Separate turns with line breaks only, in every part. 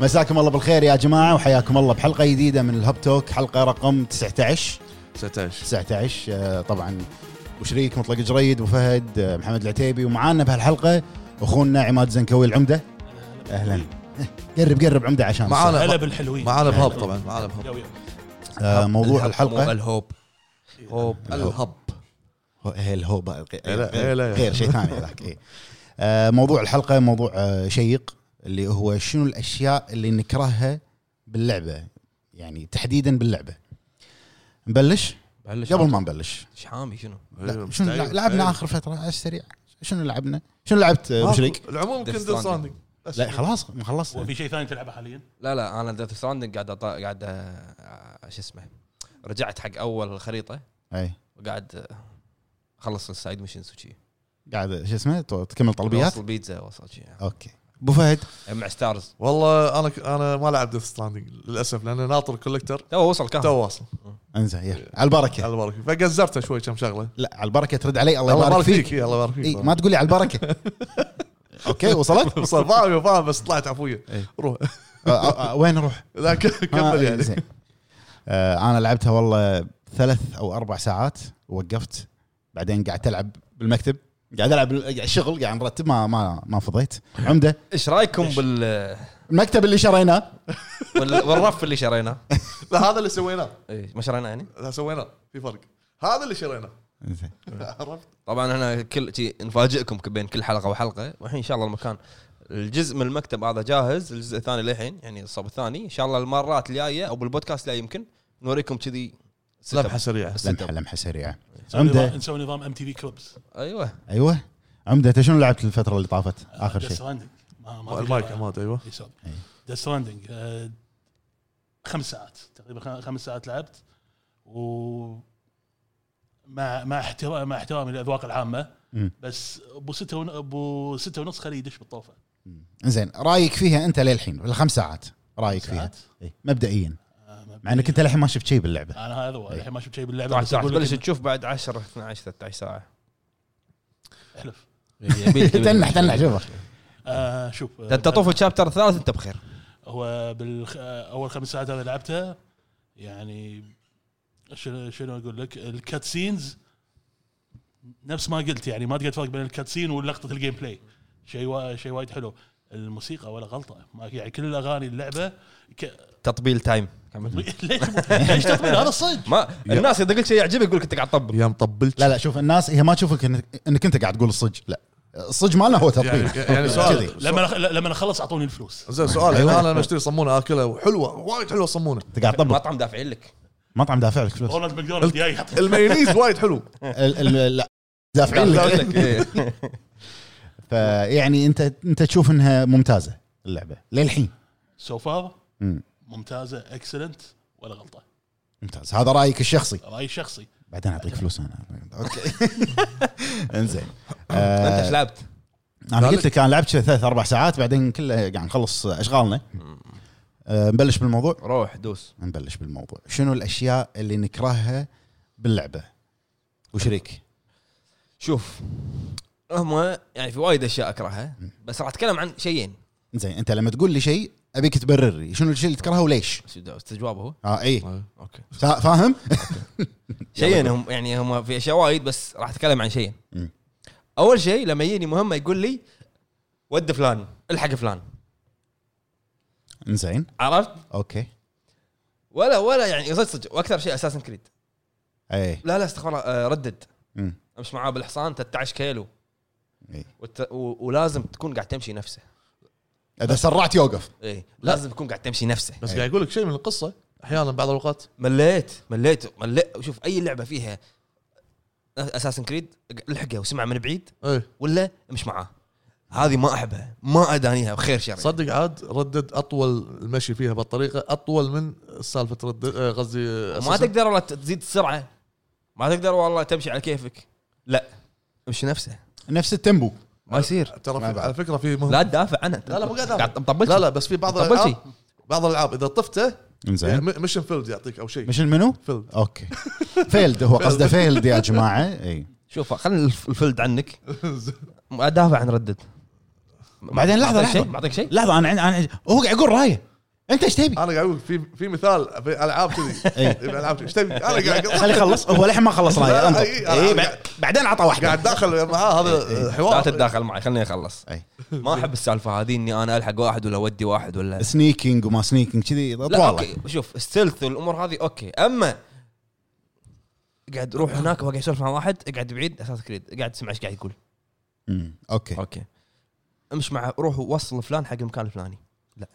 مساكم الله بالخير يا جماعه وحياكم الله بحلقه جديده من الهب توك حلقه رقم 19
19
19 آه، طبعا وشريك مطلق جريد وفهد آه، محمد العتيبي ومعانا بهالحلقه اخونا عماد زنكوي العمده اهلا قرب قرب عمده عشان
معانا
هلا
بهب-
بالحلوين
معانا بهب طبعا معانا بهب
يا ويلي.
آه، موضوع
الهب- مو
الحلقه
الهوب هوب الهب
هو- إيه الهوبة الغي-
إيه لا،
غير-
إيه لا.
غير شيء ثاني ذاك إيه. آه، موضوع الحلقه موضوع آه، شيق اللي هو شنو الاشياء اللي نكرهها باللعبه يعني تحديدا باللعبه نبلش
بلش
قبل ما نبلش
ايش حامي شنو؟
إيه،
لا، شنو لع- لعبنا اخر فتره على السريع شنو لعبنا شنو لعبت آه، ابو شريك
العموم
Death
كنت صادق
لا خلاص ما خلصت
وفي شيء ثاني تلعبه حاليا؟
لا لا انا ديث ستراندنج قاعد أط... قاعد أ- شو اسمه رجعت حق اول خريطه
اي
وقاعد اخلص السايد ميشنز وشي
قاعد شو اسمه تو- تكمل طلبيات
وصل بيتزا وصل شي يعني.
اوكي ابو فهد
مع ستارز
والله انا ك- انا ما لعبت ديث ستراندنج للاسف لان ناطر كولكتر
تو وصل كهف
تو واصل
انزين يلا على البركه
الله يبارك فيك فقزرته شوي كم شغله
لا على البركه ترد علي الله
الله
يبارك فيك
إي، الله يبارك
اي
فيك
ما تقول لي على البركه اوكي وصلت
وصل فاهم فاهم بس طلعت عفويه
إي.
روح
آه، آه، آه، وين اروح
لا ك- كمل
آه،
يعني
زين. آه، انا لعبتها والله ثلاث او اربع ساعات وقفت بعدين قعدت العب بالمكتب قاعد العب الشغل قاعد نرتب ما ما ما فضيت عمده
ايش رايكم بال
المكتب اللي شريناه
بال- بالرف اللي شريناه؟
لا هذا اللي سويناه
إيه، ما شريناه يعني؟
لا سويناه في فرق هذا اللي شريناه
إنزين.
عرفت
طبعا احنا كل شي نفاجئكم بين كل حلقه وحلقه والحين ان شاء الله المكان الجزء من المكتب هذا جاهز الجزء الثاني للحين يعني الصوب الثاني ان شاء الله المرات الجايه او بالبودكاست لا يمكن نوريكم كذي setup.
لمحه سريعه
السيت
لمحه
أب.
لمحه سريعه
نسوي نظام-
عمده
نسوي نظام ام تي في كلبس
ايوه
ايوه عمده انت شنو لعبت الفتره اللي طافت اخر شيء
المايك عماد ايوه
إي.
ذا ستراندنج آه، خمس ساعات تقريبا خ- خمس ساعات لعبت و مع مع احترام مع احترامي للاذواق العامه
مم.
بس ابو سته ون... ابو سته ونص خليه يدش بالطوفه
زين رايك فيها انت للحين الخمس ساعات رايك فيها
ساعات؟
إي، مبدئيا
آه، ما
مع انك انت للحين ما شفت شيء باللعبه
انا هذا هو الحين ما شفت شيء باللعبه
راح
بس
راح
أقول لك
تبلش
إنه-
تشوف بعد 10 12 13 ساعه
احلف
إيه، تنح تنح شوفه
آه، شوف
ده انت طوف الشابتر الثالث انت بخير
هو بالخ... اول خمس ساعات انا لعبتها يعني شنو شنو اقول لك الكات سينز نفس ما قلت يعني ما تقدر تفرق بين الكات سين ولقطه الجيم بلاي شيء وا... شيء وايد حلو الموسيقى ولا غلطه ما يعني كل الاغاني اللعبه ك...
تطبيل تايم كمل
ليش ليش تطبيل هذا صدق
ما الناس اذا قلت شيء يعجبك يقول لك انت قاعد تطبل
يا مطبلت
لا لا شوف الناس هي ما تشوفك انك, انك انت قاعد تقول الصج لا الصج مالنا هو تطبيل
يعني- يعني سؤال.
كذي.
لما أخ- لما اخلص اعطوني الفلوس
زين سؤال
أيوة.
يعني انا لما اشتري صمونه اكلها حلوه وايد حلوه صمونه
انت قاعد تطبل
مطعم دافعين لك
مطعم دافع لك فلوس
رونالد ماكدونالد جاي يحط
المايونيز وايد حلو
ال- ال- لا دافعين
دافعين
لك
لك إيه.
فيعني انت انت تشوف انها ممتازه اللعبه للحين
سو فار
مم.
ممتازه اكسلنت ولا غلطه
ممتاز هذا رايك الشخصي
رايي شخصي
بعدين اعطيك فلوس انا اوكي انزين
انت
آه
ايش لعبت؟
انا قلت لك انا لعبت شي ثلاث اربع ساعات بعدين كله قاعد نخلص اشغالنا آه نبلش بالموضوع
روح دوس
نبلش بالموضوع شنو الاشياء اللي نكرهها باللعبه وشريك
شوف هم يعني في وايد اشياء اكرهها بس راح اتكلم عن شيئين
زين انت لما تقول لي شيء ابيك تبرر لي شنو الشيء اللي تكرهه وليش
بس بدأ استجواب هو
اه اي
اوكي
فا- فاهم
شيئين هم يعني هم في اشياء وايد بس راح اتكلم عن شيئين
مم.
اول شيء لما يجيني مهمه يقول لي ود فلان الحق فلان
زين
عرفت؟
اوكي
ولا ولا يعني صدق صدق واكثر شيء اساسن كريد
اي
لا لا استغفر الله آه، ردد
مم.
امش معاه بالحصان 13 كيلو
إي.
وت... و... ولازم تكون قاعد تمشي نفسه
اذا سرعت يوقف
اي لازم تكون قاعد تمشي نفسه
بس قاعد اقول لك شيء من القصه احيانا بعض الاوقات
مليت مليت مليت شوف اي لعبه فيها اساسن كريد الحقه وسمع من بعيد
ايه
ولا امش معاه هذه ما احبها ما ادانيها بخير شر
صدق عاد ردد اطول المشي فيها بالطريقه اطول من سالفه ردد آه، قصدي آه،
ما
أساساً.
تقدر والله تزيد السرعه ما تقدر والله تمشي على كيفك لا امشي نفسه
نفس التمبو
ما يصير
ترى
ما
في-
بعد.
على فكره في مهم
لا تدافع عنها
أه. لا، لا، مو قاعد أدافع.
قاعد مطبلش.
لا لا بس في بعض
طبل
الالعاب بعض الالعاب اذا طفته
زين
يعني م- مشن فيلد يعطيك او شيء
مش المنو
فيلد
اوكي فيلد هو قصده فيلد يا إيه. جماعه اي
شوف خلينا الف- الفلد عنك ادافع عن ردد
بعدين لحظة،
بعطيك
لحظة.
شيء بعطيك شيء
لحظه انا عندي انا عندي- هو قاعد يقول رايه انت ايش تبي؟
انا قاعد اقول في في مثال في العاب كذي
إي.
في العاب كذي ايش تبي؟ انا قاعد
خليه يخلص هو للحين ما خلص رايه انظر
إي، أنا-
إي، بع- بعدين عطى واحده
قاعد داخل معاه
إيه،
هذا
لا
حوار
تتداخل معي خليني اخلص
إي.
ما احب السالفه هذه اني انا الحق واحد ولا اودي واحد ولا
إيه. سنيكينج وما سنيكينج كذي
لا
طواله
اوكي شوف ستيلث والامور هذه اوكي اما قاعد روح هناك وقاعد يسولف مع واحد اقعد بعيد اساس كريد قاعد تسمع ايش قاعد يقول
أمم، اوكي
اوكي امش مع روح ووصل فلان حق المكان الفلاني لا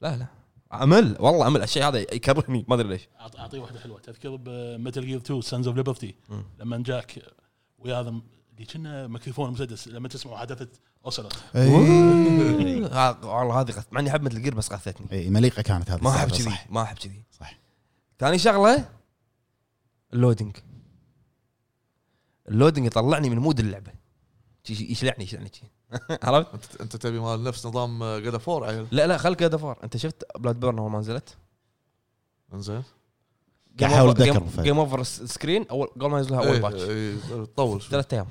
لا لا عمل والله عمل الشيء هذا يكرهني ما ادري ليش
أعط- اعطيه واحده حلوه تذكر بمتل جير 2 سانز اوف ليبرتي لما جاك ويا هذا م- اللي كنا ميكروفون مسدس لما تسمعوا حدثه اوسلت
إيه. إي.
آه، والله هذه غث مع اني احب مثل جير بس غثتني
اي مليقه كانت هذه
ما احب
السالفة،
كذي
إيه، صح.
ما احب كذي
صح.
ثاني شغله اللودينج اللودينج يطلعني من مود اللعبه شي- شي- يشلعني يشلعني شي. عرفت؟
انت انت تبي مال نفس نظام جاد فور عيل
لا لا خلق هذا فار انت شفت بلاد بيرن اول ما نزلت؟
انزين
قاعد احاول
جيم,
اتذكر
جيم اوفر سكرين اول قبل ما ينزلها اول
إي،
باتش
إي، تطول إيه، شوي.
ثلاث ايام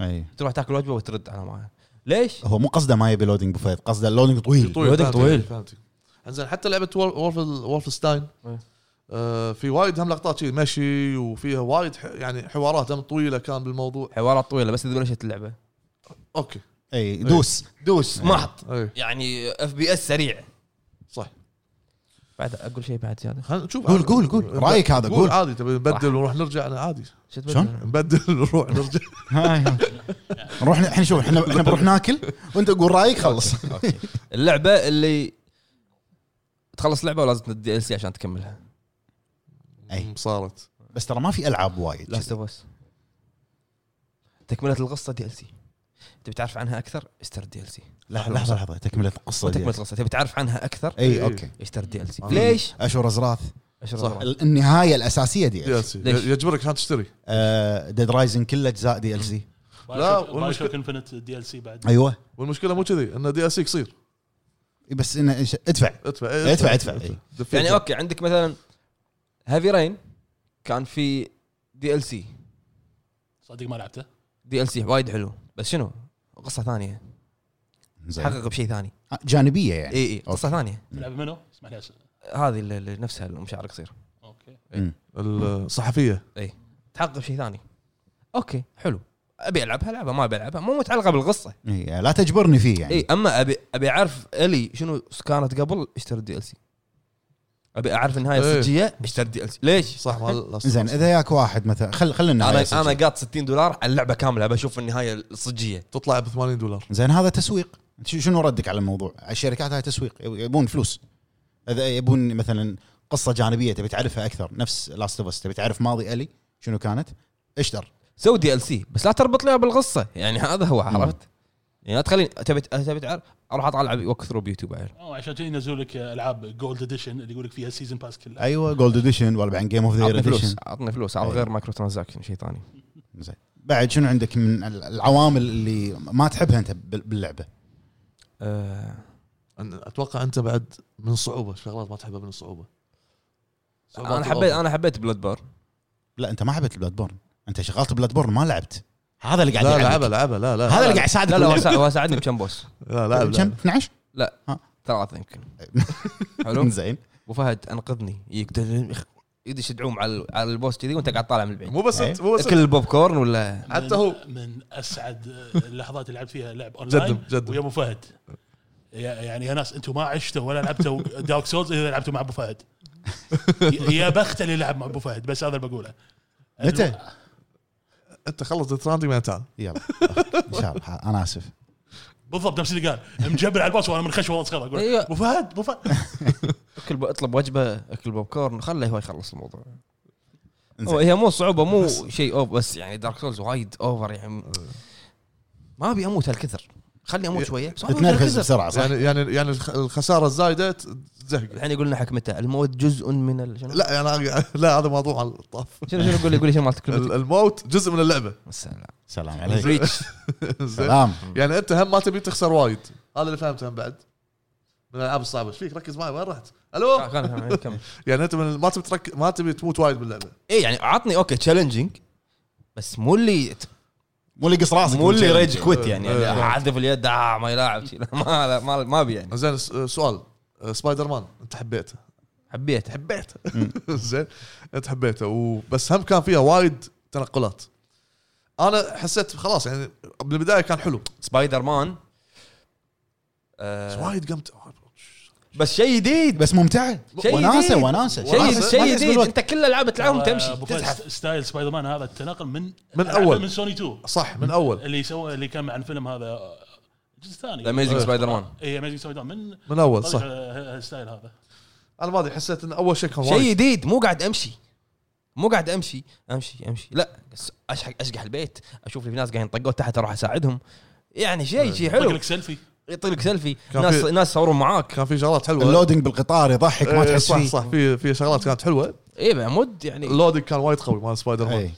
اي
تروح تاكل وجبه وترد على معها ليش؟
إيه. هو مو قصده ما يبي لودينج بوفيت قصده اللودينج طويل
الواد
فهمتك،
طويل.
فهمتك انزين حتى لعبه وولف وولفستاين
إيه.
آه، في وايد هم لقطات شي مشي وفيها وايد ح- يعني حوارات هم طويله كان بالموضوع
حوارات طويله بس اذا بلشت اللعبه
اوكي
اي دوس
دوس محط
اي
يعني اف بي اس سريع
صح
بعد اقول شيء بعد زياده
خلينا نشوف
قول- قول- قول. رأيك هذا، قول.
قول عادي تبي نبدل ونروح نرجع أنا عادي
شو تبدل؟
شلون؟
نبدل ونروح نرجع
هاي. نروح احنا شوف احنا احنا بنروح ناكل وانت قول رايك خلص
اوكي اللعبه اللي تخلص لعبه ولازم الدي ال سي عشان تكملها
أي.
مم، صارت
بس ترى ما في العاب وايد
لاست اوف اس تكمله القصه دي ال سي تبي تعرف عنها اكثر اشتر الدي ال سي
لح- لحظه لحظه تكمله القصه
تكمله
دي. إيه،
القصه تبي تعرف عنها اكثر
اي اوكي
اشتر الدي ال سي
آه.
ليش؟
اشور ازراث
صح
ال- النهايه الاساسيه دي
دي ال سي.
ليش؟
يجبرك عشان تشتري
ديد رايزنج كله اجزاء دي ال سي
لا، والمشكلة-
والمشكله انفنت دي ال سي بعد
ايوه
والمشكله مو كذي ان دي اس قصير
بس انه إيش- ادفع
ادفع
ادفع- ادفع. إيه. إي.
دفع.
يعني اوكي عندك مثلا هافي رين كان في دي ال سي
صدق ما لعبته
دي ال سي وايد حلو بس شنو؟ قصه ثانيه
زين
تحقق بشيء ثاني
آه، جانبيه يعني
اي اي قصه ثانيه
لعبه منو؟ اسمح لي أس-
هذه اللي اللي نفسها المشاعر قصير
اوكي
الصحفيه
تحقق بشيء ثاني اوكي حلو ابي العبها العبها ما ابي العبها مو إيه، متعلقه بالقصه
إي، إيه، لا تجبرني فيه يعني
اي اما ابي ابي اعرف الي شنو كانت قبل اشتري الدي ال سي ابي اعرف النهايه
إيه.
السجيه اشتري الدي ال سي ليش؟
صح مال
زين اذا ياك واحد مثلا خل خلينا
انا انا قاط 60 دولار على اللعبه كامله ابي اشوف النهايه الصجيه
تطلع ب 80 دولار
زين هذا تسويق أنت شو- شنو ردك على الموضوع الشركات هاي تسويق يب- يبون فلوس اذا يبون مثلا قصه جانبيه تبي تعرفها اكثر نفس لاست اوف تبي تعرف ماضي الي شنو كانت اشتر
سوي دي ال سي بس لا تربط لي بالقصه يعني هذا هو عرفت؟ يعني لا تخليني تبي تبي تعرف اروح اطلع وك ثرو بيوتيوب عيل
او عشان كذي ينزلوا لك العاب جولد اديشن اللي يقول لك فيها سيزون باس كلها
ايوه جولد اديشن ولا بعدين جيم اوف ذا
عطني
اديشن
فلوس عطني فلوس على
إيه.
غير مايكرو ترانزاكشن شيء ثاني
زين بعد شنو عندك من ال- العوامل اللي ما تحبها انت بال- باللعبه
آه،
أن- اتوقع انت بعد من صعوبه شغلات ما تحبها من الصعوبه صعوبات
انا حبيت انا حبيت بلاد بار
لا انت ما حبيت البلاد بورن انت شغلت بلاد بورن ما لعبت هذا اللي قاعد
لا
يلعبك.
لعبها لعبها لا لا
هذا اللي قاعد يساعدك
لا لا هو
باللعبة.
سا- هو ساعدني بكم بوس
لا لا
كم 12
ثلاثه يمكن حلو
زين
ابو فهد انقذني يقدر يدش يدعوم على على البوس كذي وانت قاعد طالع من بعيد
مو بس
يعني
أنت- مو بس
اكل البوب كورن ولا
من-
حتى هو.
من اسعد اللحظات اللي لعبت فيها لعب اونلاين
جد- جد.
ويا ابو فهد يا- يعني يا ناس انتم ما عشتوا ولا لعبتوا دارك سولز اذا لعبتوا مع ابو فهد ي- يا بخت اللي لعب مع ابو فهد بس هذا اللي بقوله يعني
متى؟
انت خلص التراندي ما تعال
يلا ان شاء الله انا اسف
بالضبط نفس اللي قال مجبر على الباص وانا منخش والله صغير اقول
إيه.
ابو فهد ابو فهد
اكل اطلب وجبه اكل بوب كورن خله هو يخلص الموضوع
إنزين.
هو هي مو صعوبه مو شيء اوف بس يعني دارك سولز وايد اوفر يعني ما ابي اموت هالكثر خلني اموت شويه بس ما أبي أموت
تتنرفز
هالكثر.
بسرعه صح؟
يعني يعني يعني الخ- الخساره الزايده ت- تزهق
الحين يقول لنا حكمته الموت جزء من ال... شنو
لا انا لا هذا موضوع على الطاف
شنو شنو يقول يقول لي شنو مالت
ال-
كلمتك
الموت جزء من اللعبه
السلام
سلام عليك
ريتش
زين؟
سلام
يعني انت هم ما تبي تخسر وايد هذا اللي فهمته هم بعد من الالعاب الصعبه ايش فيك ركز معي وين رحت؟ الو يعني انت من ما تبي ترك ما تبي تموت وايد باللعبه
اي يعني عطني اوكي تشالنجينج بس مو اللي
مو اللي قص راسك
مو اللي ريج كويت يعني
إيه.
يعني حاذف اليد آه ما يلاعب شي. لا، ما لا، ما ما ابي يعني
زين س- سؤال آه، سبايدر مان انت حبيته
حبيته
حبيته زين انت حبيته وبس هم كان فيها وايد تنقلات انا حسيت خلاص يعني بالبدايه كان حلو
سبايدر مان
بس
آه
وايد قمت
بس شيء جديد
بس ممتعه
شيء
وناسه
جديد.
وناسه ما
شيء
تحس-
شيء
ما تحس
جديد
بالوقت.
انت كل الالعاب تلعبهم تمشي
أبو فهد، ستايل سبايدر مان هذا التناقل من
من أول.
من سوني 2
صح من اول
اللي سوى اللي كان مع الفيلم هذا الجزء الثاني
اميزنج سبايدر مان
اي اميزنج سبايدر مان من
من اول
صح
صح
الستايل هذا
انا ما ادري حسيت ان اول شيء كان
شيء
وايد
جديد مو قاعد امشي مو قاعد امشي امشي امشي لا أس- اشحق اشقح البيت اشوف في ناس قاعدين طقوا تحت اروح اساعدهم يعني شيء شيء
حلو
حلو
لك سيلفي
يطلق لك سيلفي
كان
ناس
في-
ناس صوروا معاك
كان في شغلات حلوه
اللودنج بالقطار يضحك ما
إيه،
تحس
صح
فيه
صح في في شغلات كانت حلوه
اي بقى مود يعني
اللودنج كان وايد قوي مال سبايدر مان
إيه.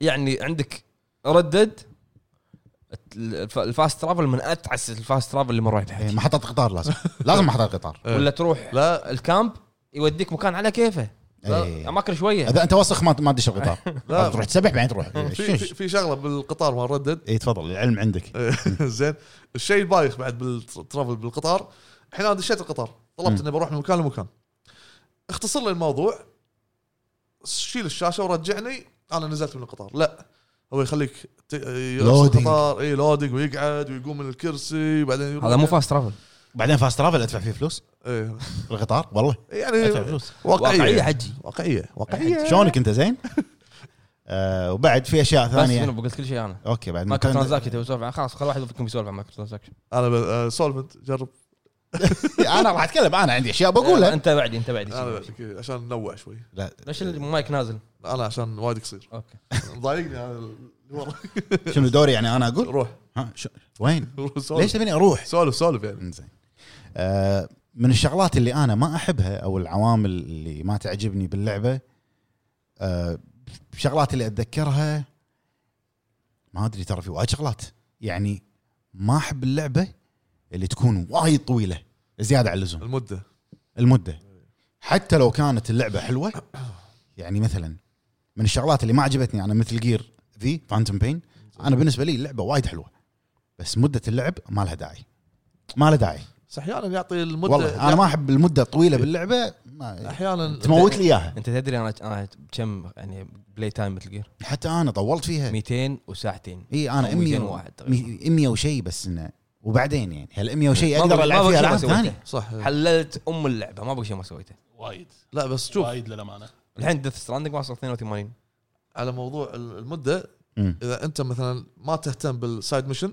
يعني عندك ردد الف- الفاست ترافل من اتعس الفاست ترافل اللي مريت
إيه،
بحياتي
محطة قطار لازم لازم محطة قطار
إيه.
ولا تروح
لا
الكامب يوديك مكان على كيفه
إيه.
اماكن شويه
اذا انت وسخ ما ما تدش القطار
لا.
تروح تسبح بعدين تروح
في في- في شغله بالقطار مال ردد
اي تفضل العلم عندك
زين الشيء البايخ بعد بالترافل بالقطار الحين انا دشيت القطار طلبت اني بروح من مكان لمكان اختصر لي الموضوع شيل الشاشه ورجعني انا نزلت من القطار لا هو يخليك ت...
Loading.
القطار اي لودنج ويقعد ويقوم من الكرسي وبعدين يروح
هذا مو فاست ترافل
بعدين فاست ترافل ادفع فيه فلوس
إيه.
القطار والله
يعني
ادفع فلوس
واقعيه
واقعيه
حجي
واقعيه واقعيه
شلونك انت زين؟ آه وبعد في اشياء
بس شنو
ثانيه
قلت كل شيء انا
اوكي بعد
مايكرو
نتن-
ترانزاكشن تبي تسولف عن- خلاص خل واحد فيكم يسولف عن مايكرو ترانزاكشن
انا ب... آه، سولفنت جرب
انا راح اتكلم انا عندي اشياء بقولها
انت إيه، بعدي انت بعدي
انا كذا عشان ننوع شوي
لا
ليش المايك نازل؟
انا عشان وايد قصير
اوكي
ضايقني هذا ال- والله.
شنو دوري يعني انا اقول؟
روح
ها شو وين؟
روح سولف.
ليش تبيني اروح؟
سولف سولف يعني
زين آه، من الشغلات اللي انا ما احبها او العوامل اللي ما تعجبني باللعبه آه، شغلات اللي اتذكرها ما ادري ترى في وايد شغلات يعني ما احب اللعبه اللي تكون وايد طويله زياده عن اللزوم
المده
المده حتى لو كانت اللعبه حلوه يعني مثلا من الشغلات اللي ما عجبتني انا مثل جير ذي فانتوم بين انا بالنسبه لي اللعبه وايد حلوه بس مده اللعب ما لها داعي ما لها داعي
بس احيانا يعطي المده
والله انا ما احب المده الطويله باللعبه ما يعني
احيانا
تموت لي اياها
انت تدري انا انا كم يعني بلاي تايم مثل جير
حتى انا طولت فيها
200 وساعتين
اي انا 100
201
مي- 100 وشيء بس انه وبعدين يعني هال 100 وشيء
ما بقى-
اقدر
ما
العب
بقى
فيها
شيء ما
العاب
سويته.
ثانيه
صح
حللت ام اللعبه ما بقى شيء ما سويته
وايد
لا بس شوف
طيب.
وايد للامانه
الحين ديث ستراندنج واصل 82
على موضوع ال- المده
مم.
اذا انت مثلا ما تهتم بالسايد ميشن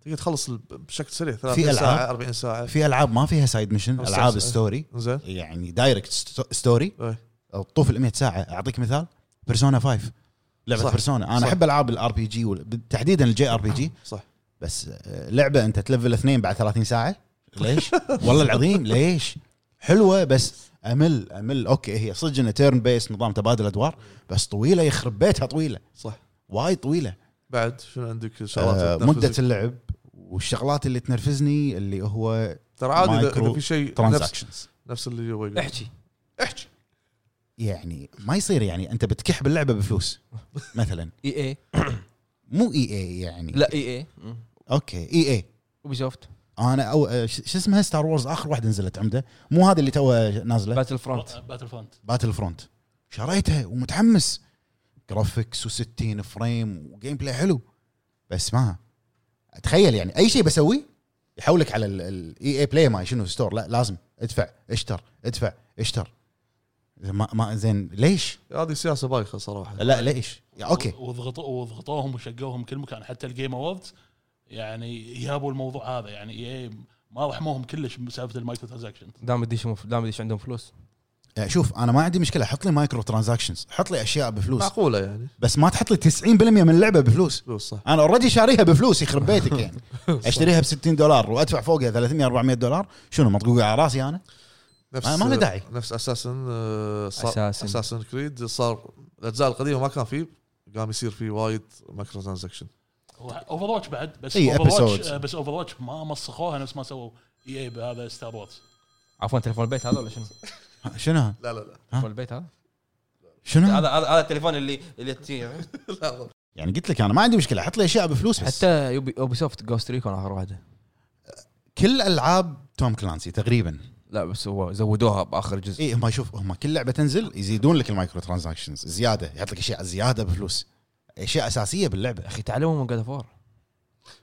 تقدر تخلص ال- بشكل سريع
في
30 ساعه
ألعاب.
40 ساعه
في العاب ما فيها سايد ميشن
بس
العاب
بس-
ستوري
زين
يعني دايركت ست- ستوري
إيه.
طوف ال 100 ساعه اعطيك مثال بيرسونا 5 لعبه
صح.
بيرسونا انا
صح.
احب العاب الار بي جي تحديدا الجي ار بي جي
صح
بس آه، لعبه انت تلفل اثنين بعد 30 ساعه ليش؟ والله العظيم ليش؟ حلوه بس امل امل اوكي هي صدق انها تيرن بيس نظام تبادل ادوار بس طويله يخرب بيتها طويله
صح
وايد طويله
بعد شنو عندك
آه
شغلات
مده
تنرفزك؟
اللعب والشغلات اللي تنرفزني اللي هو
ترى عادي إذا-
مايكرو
اذا في شيء نفس
ترانزاكشنز
نفس اللي هو يقول.
احكي
احكي
يعني ما يصير يعني انت بتكح باللعبه بفلوس مثلا
اي اي
مو اي اي يعني E
لا اي اي مم.
اوكي اي اي
اوبي سوفت
انا او آه، ش- شو اسمها ستار وورز اخر واحده نزلت عمده مو هذه اللي توها نازله
باتل فرونت
باتل فرونت
باتل فرونت شريتها ومتحمس جرافيكس و60 فريم وجيم بلاي حلو بس ما تخيل يعني اي شيء بسويه يحولك على E الاي اي بلاي ماي شنو ستور لا لازم ادفع اشتر ادفع اشتر ما, ما زين ليش؟
هذه سياسه بايخه صراحه
لا ليش؟ يا اوكي
وضغطوا وضغطوهم وشقوهم كل مكان حتى الجيم اووردز يعني يابوا الموضوع هذا يعني اي ما رحموهم كلش بسالفه المايكرو ترانزاكشن
دام يديش دام يديش عندهم فلوس
آه، شوف انا ما عندي مشكله حط لي مايكرو ترانزاكشنز حط لي اشياء بفلوس
معقوله يعني
بس ما تحط لي 90% من اللعبه بفلوس
فلوس صح
انا اوريدي شاريها بفلوس يخرب بيتك يعني اشتريها ب 60 دولار وادفع فوقها 300 400 دولار شنو منطقوقه على راسي انا
نفس
ما- ما له داعي.
نفس آه، اساسن
Assassin.
اساسن كريد صار الاجزاء القديمه ما كان فيه قام يصير فيه وايد مايكرو ترانزكشن
اوفر واتش بعد بس
إي،
اوفر
episodes.
بس اوفر واتش ما مسخوها نفس ما سووا اي اي بهذا ستار وورز
عفوا تليفون البيت هذا ولا شنو؟
ها، شنو
لا لا لا
تليفون البيت هذا؟
شنو
هذا هذا هذا التليفون اللي اللي تي-
يعني قلت لك انا ما عندي مشكله حط لي اشياء بفلوس بس حتى
حتى يوبي اوبي سوفت جوست ريكون اخر واحده
كل العاب توم كلانسي تقريبا
لا بس هو زودوها باخر جزء
اي إيه، هم شوف هم كل لعبه تنزل يزيدون لك المايكرو ترانزاكشنز زياده يعطيك اشياء زياده بفلوس اشياء اساسيه باللعبه
اخي تعلموا من جاد فور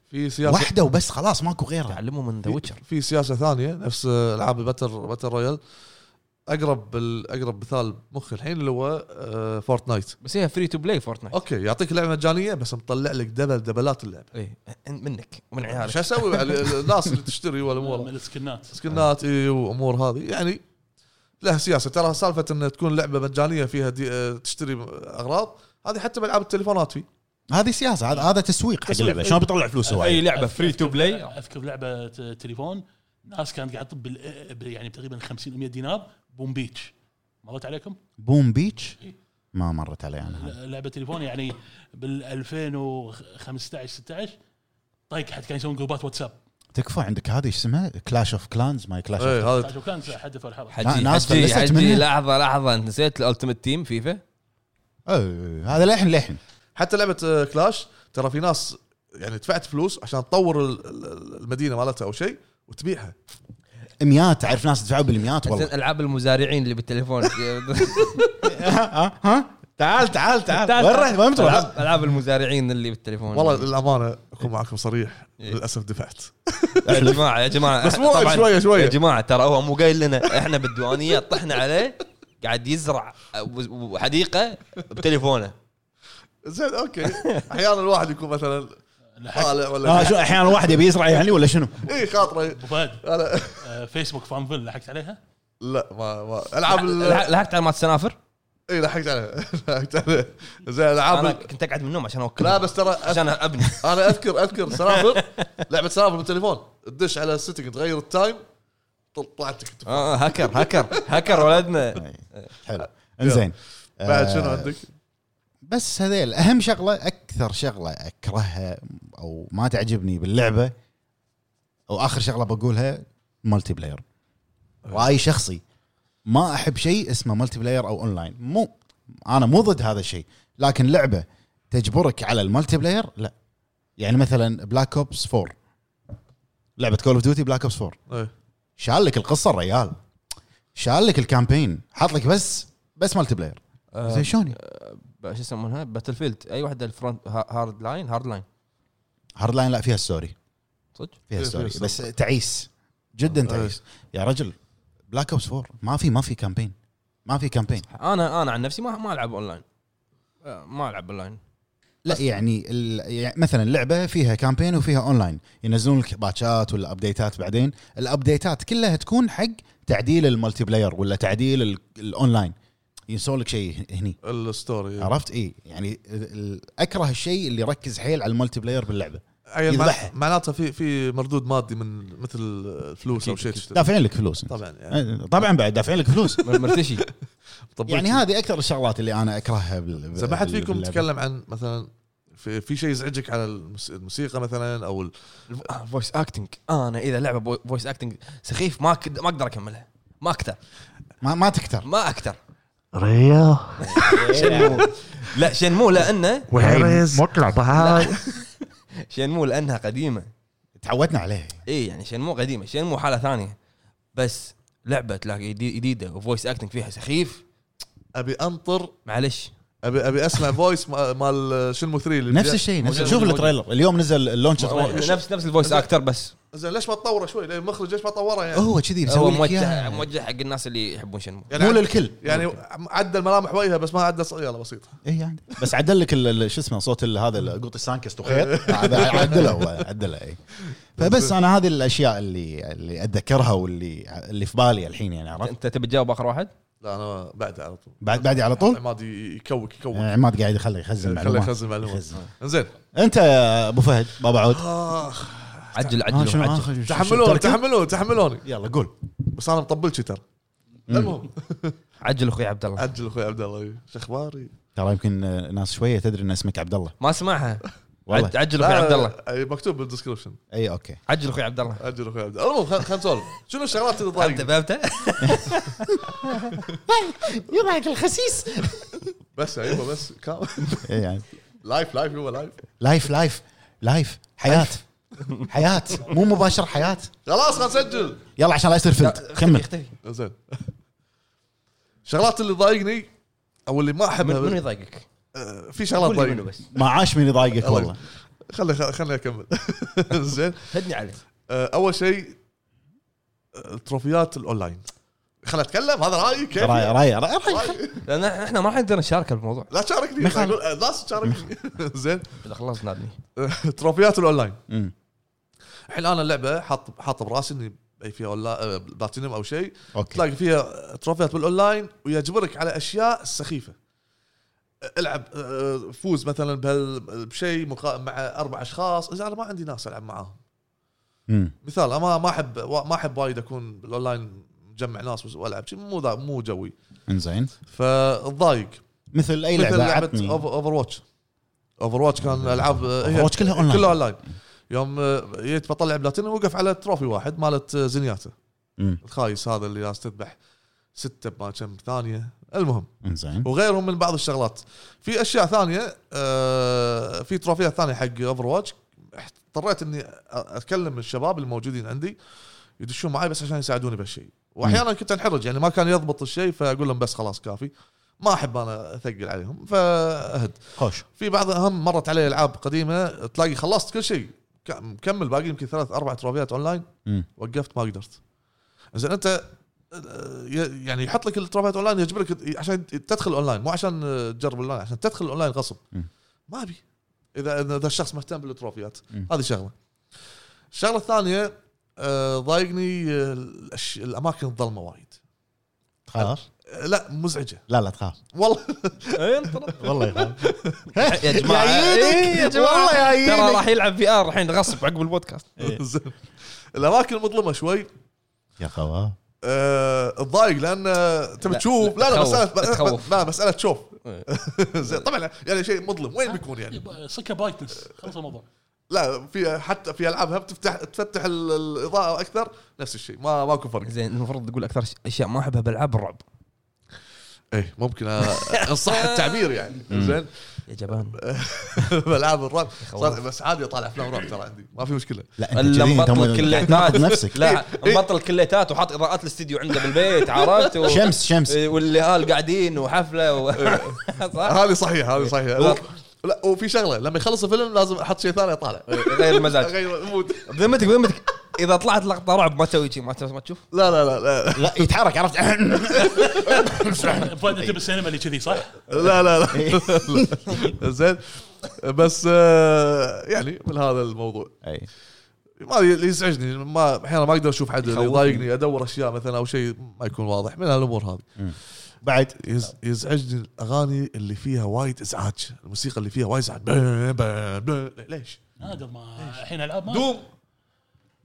في سياسه
واحده وبس خلاص ماكو غيرها
تعلموا من ذا ويتشر
في سياسه ثانيه نفس العاب الباتل باتل رويال اقرب بال- اقرب مثال مخي الحين اللي هو آه، فورتنايت
بس هي فري تو بلاي فورتنايت
اوكي يعطيك لعبه مجانيه بس مطلع لك دبل دبلات اللعبه
اي منك ومن
شو
عيالك
اسوي مع ال- الناس اللي تشتري
من
والامور
السكنات
سكنات إي وامور إيه هذه يعني لها سياسه ترى سالفه ان تكون لعبه مجانيه فيها دي آه، تشتري اغراض هذه حتى بالعاب التليفونات في
هذه سياسه هذا هذا تسويق حق
تسويق.
اللعبه شلون بيطلع فلوس هو
اي
يعني؟
لعبه فري تو
أذكر-
بلاي
اذكر لعبه تليفون ناس كانت قاعد تطب بال- بال- يعني تقريبا 50 100 دينار بوم بيتش مرت عليكم؟
بوم بيتش ما مرت علي انا هذه.
ل- لعبه تليفون يعني بال 2015 16 طيحت طيب كان يسوون جروبات واتساب
تكفى عندك هذه ايش اسمها كلاش اوف كلانز ماي كلاش
اي
اوف
إيه، هذا
عشان كان حدث الحرب
لا،
حجي
ناس
حجي,
فلست
حجي
منها.
لحظه لحظه نسيت الالتيميت تيم فيفا
هذا للحين للحين
حتى لعبه آه، كلاش ترى في ناس يعني دفعت فلوس عشان تطور ال- ال- المدينه مالتها او شيء وتبيعها
مئات تعرف ناس دفعوا بالمئات والله
زين العاب المزارعين اللي بالتليفون
ها ها- ها تعال تعال تعال
تعال.
وين رحت وين بتروح؟
العاب العاب المزارعين اللي بالتليفون
والله للامانه اكون معكم صريح للاسف دفعت
يا جماعه يا جماعه
بس مو
طبعاً
شوية- شوية.
يا جماعه ترى هو مو قايل لنا احنا بالديوانيه طحنا عليه قاعد يزرع و- حديقه بتليفونه
زين اوكي احيانا الواحد يكون مثلا طالع
اه
ولا إيه،
شو احيانا الواحد يبي يزرع يعني ولا شنو؟
اي خاطره
ابو فهد
انا
آه، فيسبوك فانفيل لحقت عليها
لا ما ما العاب ال-
لح- لحقت على مات السنافر
اي لحقت عليها لحقت عليها زين العاب
انا
ال-
كنت اقعد من النوم عشان
لا
اوكلها
بس ترى أذ-
عشان ابني
انا اذكر اذكر سنابل لعبه سنابل بالتليفون تدش على السيتنج تغير التايم طل- طلعت لك التف-
آه، هاكر هاكر هاكر ولدنا
حلو انزين
بعد
آه،
شنو عندك؟
بس هذيل اهم شغله اكثر شغله اكرهها او ما تعجبني باللعبه او اخر شغله بقولها مالتي بلاير راي شخصي ما احب شيء اسمه مالتي بلاير او اونلاين مو انا مو ضد هذا الشيء لكن لعبه تجبرك على المالتي بلاير لا يعني مثلا بلاك اوبس 4 لعبه كول اوف ديوتي بلاك اوبس 4
إيه.
شال لك القصه الريال شال لك الكامبين حاط لك بس بس مالتي بلاير
آه،
زين شلون
شو يسمونها باتل فيلد اي واحده الفرونت ها- هارد لاين هارد لاين
هارد لاين لا فيها ستوري
صدق
فيها
فيها آه.
ستوري
ستوري.
بس تعيس جدا تعيس يا رجل بلاك اوبس 4 ما في ما في كامبين ما في كامبين
انا انا عن نفسي ما ما العب اونلاين آه، ما العب اونلاين
لا يعني ال- يعني مثلا لعبه فيها كامبين وفيها اونلاين ينزلون لك باتشات ولا ابديتات بعدين الابديتات كلها تكون حق تعديل الملتي بلاير ولا تعديل ال- الاونلاين ينسون لك شيء هني
الستوري
عرفت اي يعني ال- ال- اكره الشيء اللي يركز حيل على الملتي بلاير باللعبه
يعني مع-
يذبحها.
معناته في في مردود مادي من مثل الفلوس او شيء تشتري.
دافعين لك فلوس
طبعا يعني
آه، طبعا بعد دافعين لك فلوس
مرتشي
طب
يعني هذه اكثر الشغلات اللي انا اكرهها بال...
اذا ما حد
بال-
فيكم
باللعبة.
تكلم عن مثلا في, في شيء يزعجك على المس- الموسيقى مثلا او ال-
فويس اكتنج انا اذا لعبه فويس اكتنج سخيف ما كد- ما اقدر اكملها ما اكثر
ما, ما تكتر
ما اكثر
ريا
شنمو لا شنمو لانه
إيه،
وحرز مطلع بهاي
شنمو لانها قديمه
تعودنا عليها
اي يعني شنمو قديمه شنمو حاله ثانيه بس لعبه تلاقي جديد- جديده وفويس اكتنج فيها سخيف
ابي انطر
معلش
ابي ابي اسمع فويس ما- مال شنمو 3 اللي
نفس
بدي-
الشيء نفس
موجود-
شوف
موجود.
التريلر اليوم نزل اللونش تريلر
نفس نفس الفويس اكتر بس
زين ليش ما تطوره شوي؟ ليه المخرج ليش ما طوره يعني؟
هو كذي
هو
مسوي لك
موجه
إياها.
موجه حق الناس اللي يحبون شنمو
يعني
مو
عد-
للكل
يعني عدل ملامح وجهه بس ما عدل ص- يلا بسيط
اي يعني بس عدل لك ال- ال- شو اسمه صوت ال- هذا القوط السانكست وخيط هذا عدله هو عدله اي فبس انا هذه الاشياء اللي اللي اتذكرها واللي اللي في بالي الحين يعني عرفت
انت تبي تجاوب اخر واحد؟
لا انا بعد على طول
بعد بعدي على طول
عماد ي- يكوك يكوك
آه، عماد قاعد يخلي يخزن
خليه
معلومات
يخزن معلومات
يخزن.
زين
انت يا ابو فهد بابا عود
اخ
عجل
آه،
عجل
شنو
عجل
آخر- شو- شو-
تحملوني
تركب؟
تحملوني تحملوني
يلا قول
بس انا مطبلش ترى المهم
عجل اخوي عبد الله
عجل اخوي عبد الله شو اخباري؟
ترى يمكن آه، ناس شويه تدري ان اسمك عبد الله
ما اسمعها
والله.
عج- عجل اخوي
لا،
عبد الله
أي مكتوب بالدسكربشن
اي اوكي
عجل اخوي عبد الله
عجل اخوي عبد الله المهم خل- خلنا نسولف شنو الشغلات اللي
فهمت
تضايقك
فهمت طيب،
يضحك الخسيس
بس ايوه بس كام
يعني
لايف لايف هو لايف
لايف لايف لايف حياه حياه مو مباشر حياه
خلاص خلينا نسجل
يلا عشان لا يصير فلت
يختفي
كمل
يختفي
زين الشغلات اللي تضايقني او اللي ما
من- منو
احبها
يضايقك؟
آه، في شغلات
قول لي منو
تضايقني
بس
ما عاش من يضايقك والله
خلي خلي- خلي اكمل زين
هدني عليه
آه، اول شيء آه، التروفيات الاونلاين خليني اتكلم هذا رايي كيف
راي
يعني؟
راي راي
طيب. لان احنا ما راح نقدر نشارك الموضوع
لا تشاركني
ما يخالف.
أقول- آه، لا تشاركني زين
اذا خلص نادني
تروفيات الاونلاين
مم.
الحين انا اللعبه حاط حاط براسي اني أي فيها ولا آه، بلاتينيوم او شيء
اوكي
طيب.
تلاقي فيها تروفيات بالاونلاين ويجبرك على اشياء سخيفه العب آه، فوز مثلا بهال بشيء مقا- مع اربع اشخاص اذا انا ما عندي ناس العب معاهم
مم.
مثال أنا ما ما احب ما احب وايد اكون بالاونلاين مجمع ناس والعب شيء مو ذا- مو جوي
انزين
فضايق
مثل اي
مثل
لعبه
لعبه
عطني
اوفر واتش اوفر واتش كان العاب هي
Overwatch كلها أونلاين.
كلها اونلاين يوم آه، جيت بطلع بلاتينيوم وقف على تروفي واحد مالت آه، زنياته
مم.
الخايس هذا اللي لازم تذبح ستة بما كم ثانية المهم
انزين
وغيرهم من بعض الشغلات في اشياء ثانية آه، في تروفيات ثانية حق اوفر واتش اضطريت اني اتكلم الشباب الموجودين عندي يدشون معي بس عشان يساعدوني بهالشيء واحيانا كنت انحرج يعني ما كان يضبط الشيء فاقول لهم بس خلاص كافي ما احب انا اثقل عليهم فاهد
خوش
في بعض اهم مرت علي العاب قديمه تلاقي خلصت كل شيء ك- مكمل باقي يمكن ثلاث اربع تروفيات اونلاين
مم.
وقفت ما قدرت زين انت آه، ي- يعني يحط لك التروفيات اونلاين يجبرك عشان تدخل اونلاين مو عشان آه، تجرب اونلاين عشان تدخل اونلاين غصب
مم.
ما ابي اذا اذا إذا الشخص مهتم بالتروفيات
مم.
هذه شغله الشغله الثانيه آه، ضايقني آه، الأش- الاماكن الظلمه وايد
تخاف
آه، لا مزعجه
لا لا تخاف
والله
إيه،
والله يخاف
يا جماعه إيه يا جماعه ترى راح يلعب في ار الحين غصب عقب البودكاست
إيه.
زين. الاماكن المظلمه شوي
يا خواف
آه، تضايق لان تبي
لا،
تشوف لا لا
تخوف،
مساله
تخوف.
ب- لا مساله تشوف
إيه.
زين طبعا يعني شيء مظلم وين بيكون يعني
سكه برايتنس خلص الموضوع
لا في حتى في العابها بتفتح تفتح ال- الاضاءه اكثر نفس الشيء ما ماكو فرق
زين المفروض تقول اكثر اشياء ما احبها بالالعاب الرعب
اي إيه، ممكن أ- انصح التعبير يعني زين
يا جبان
بالعاب الرعب
يخوف.
صار بس عادي اطالع افلام رعب ترى عندي ما في مشكله
لا انت
الا
كذي انت
مبطل
هم- قاعد
كليتات
تناقض نفسك
لا مبطل كليتات وحاط اضاءات الاستديو عنده بالبيت عرفت و...
شمس شمس
إيه، واللي هال قاعدين وحفله و... صح
هذه صحيحه
إيه.
هذه صحيحه و- لا وفي شغله لما يخلص الفيلم لازم احط شيء ثاني اطالع
غير المزاج
اغير مود
بذمتك بذمتك اذا طلعت لقطه رعب ما تسوي شيء ما تس- ما تشوف
لا لا لا لا
لا يتحرك عرفت
فايدة
طيب.
انت بالسينما اللي كذي صح؟
لا لا
إيه.
لا زين بس آه، يعني من هذا الموضوع
أي.
ما أدري، اللي يزعجني ما احيانا ما اقدر اشوف حد اللي
يخوفني.
يضايقني ادور اشياء مثلا او شيء ما يكون واضح من هالامور هذه بعد يز- يزعجني الاغاني اللي فيها وايد ازعاج الموسيقى اللي فيها وايد ازعاج بي- بي- بي- ليش؟
نادر ما الحين العاب ما
دوم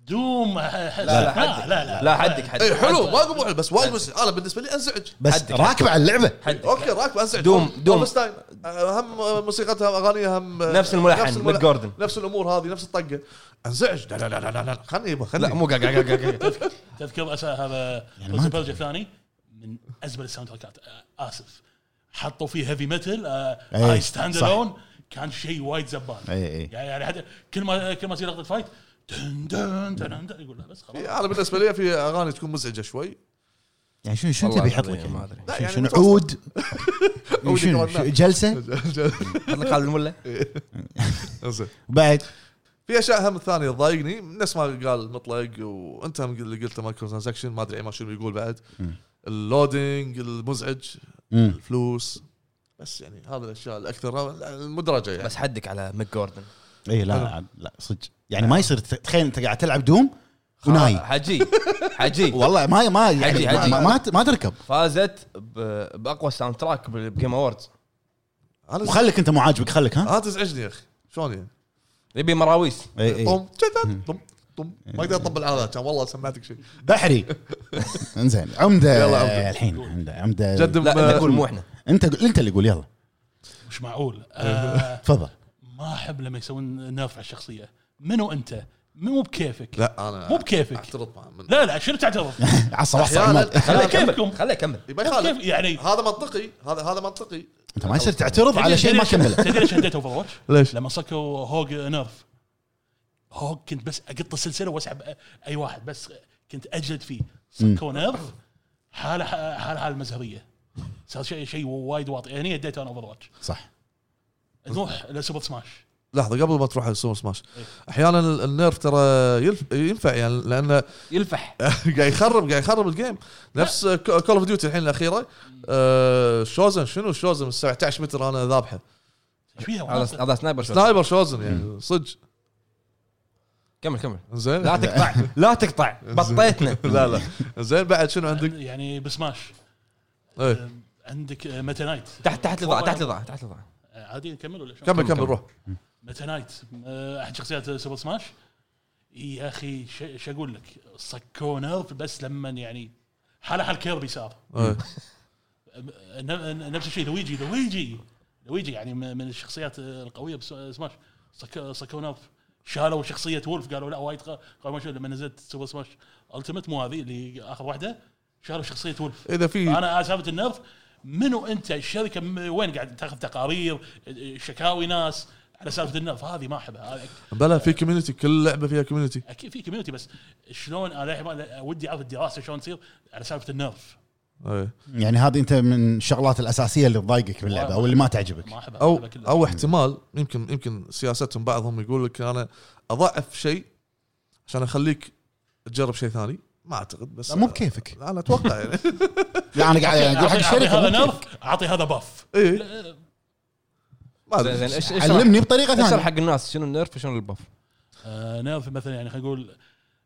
دوم لا لا
لا،
لا
لا حدك
اي
حدك
إيه، حلو ما اقول مو- بس وايد مس- انا بالنسبه لي انزعج
بس
حدك.
راكب على اللعبه
حدك
اوكي راكب انزعج
دوم- دوم.
اوفنستاين آه، هم موسيقتها واغانيها هم
نفس الملحن،
آه، نفس
ميت جوردن.
نفس الامور هذه نفس الطقه انزعج لا لا لا لا لا خلني يبا
لا
خلني
مو قاعد قاعد قاعد قاعد.
تذكر أس- هذا
يعني ما
فوز
أدري.
بلجا الثاني من ازبل الساوند تراكات آه، اسف حطوا فيه آه، هيفي ميتال
إيه،
اي ستاند
صح. إيه،
الون كان شيء وايد زبال
اي اي
يعني يعني حتى كل ما كل ما تصير لقطه فايت دن دن دن دن يقول لا بس خلاص
انا بالنسبه إيه، لي في اغاني تكون مزعجه شوي
يعني شنو شنو
والله
تبي يحط
العظيم
لك
ما
يعني؟
ادري
لا
شنو-
يعني
شنو
متوسط.
عود
عود
شنو
يقرأ
شنو-
لنا.
جلسه
حط لك خالد الملا
زين.
بعد
في اشياء هم ثانيه تضايقني نفس ما قال مطلق وانت هم اللي قلت مايكرو ترانزكشن ما ادري ما شنو يقول بعد اللودينج المزعج
مم.
الفلوس بس يعني هذه الاشياء الاكثر المدرجه يعني
بس حدك على ميك جوردن
اي لا لا لا صدق يعني ما يصير تت- تخيل انت قاعد تلعب دوم وناي
حجي حجي
والله ما ما يعني
عجي- عجي.
ما, ما, ما تركب
فازت ب- باقوى ساوند تراك بال- بجيم اووردز
انا
وخليك انت مو عاجبك خليك ها
هذا تزعجني يا اخي شلون يعني
يبي مراويس
إيه،
اي اي
طم جداً، طم طم ما اقدر اطبل على هذا كان والله سمعتك شيء
بحري انزين عمده
يلا عمدة.
الحين عمده عمده
جد
لا نقول مو احنا
انت قل- انت اللي قول يلا
مش معقول آه،
تفضل
ما احب لما يسوون نرف على الشخصيه منو انت؟ مو بكيفك
لا انا
مو بكيفك
اعترض معه من
لا لا شنو تعترض؟
عصا عصا
أحياناً-
عماد
خليه
كيفكم.
يكمل خليه يكمل
ما
كيف
يخالف
يعني
هذا منطقي هذا هذا منطقي
انت ما
يعني
يصير تعترض على شيء ما كمله
تدري ليش هديت اوفر واتش؟
ليش؟
لما صكوا هوج نيرف هوك كنت بس اقط السلسله واسحب أ- اي واحد بس كنت اجلد فيه سكون ايرث حاله حاله حاله المزهريه صار شيء شيء وايد يعني واطي هني اديت انا اوفر واتش
صح
نروح لسوبر سماش
لحظه قبل ما تروح على السوبر سماش احيانا ال- النيرف ترى يلف- ينفع يعني لانه
يلفح
قاعد يخرب قاعد يخرب الجيم نفس كول اوف ديوتي الحين الاخيره آه، شوزن شنو شوزن من 17 متر انا ذابحه
ايش فيها
هذا
وانا-
هذا سنايبر شوت
سنايبر شوزن يعني صدق
كمل كمل
زين
لا تقطع لا تقطع بطيتنا
لا لا زين بعد شنو عندك؟
يعني بسماش
ايه
عندك آه، متى نايت
تحت تحت الاضاءه تحت الاضاءه تحت الاضاءه
آه، عادي نكمل ولا شو؟
كمل كمل روح
متى نايت آه، احد شخصيات سوبر سماش يا اخي ش- شو اقول لك صكون ايرث بس لما يعني حاله حال كيربي صار
إيه.
ن- نفس الشيء لويجي لويجي لويجي يعني م- من الشخصيات القويه بس- سماش صك- صكون ايرث شالوا شخصيه وولف قالوا لا وايد قا- قالوا ما شو لما نزلت سوبر سماش التيمت مو هذه اللي اخر واحده شالوا شخصيه وولف
اذا في
انا سالفه النرف منو انت الشركه م- وين قاعد تاخذ تقارير شكاوي ناس على سالفه النرف هذه ما احبها هذه
بلا في كوميونتي كل لعبه فيها كوميونتي
اكيد في كوميونتي بس شلون انا الحين ما- ودي اعرف الدراسه شلون تصير على سالفه النرف
ايه
يعني هذه انت من الشغلات الاساسيه اللي تضايقك باللعبه او اللي ما تعجبك
ما احبها
او
أحبها كلها.
او احتمال يمكن يمكن سياستهم بعضهم يقول لك انا اضعف شيء عشان اخليك تجرب شيء ثاني ما اعتقد بس
لا، مو بكيفك
انا اتوقع يعني
لا انا يعني قاعد اقول حق
أعطي- أعطي هذا
الشركه
نرف اعطي هذا باف
ايه ما
زين زين
ادري
ايش إيش راح-
علمني بطريقه
اشرح
ثانيه
حق الناس شنو النيرف وشنو البف
آه، نرف مثلا يعني خلينا نقول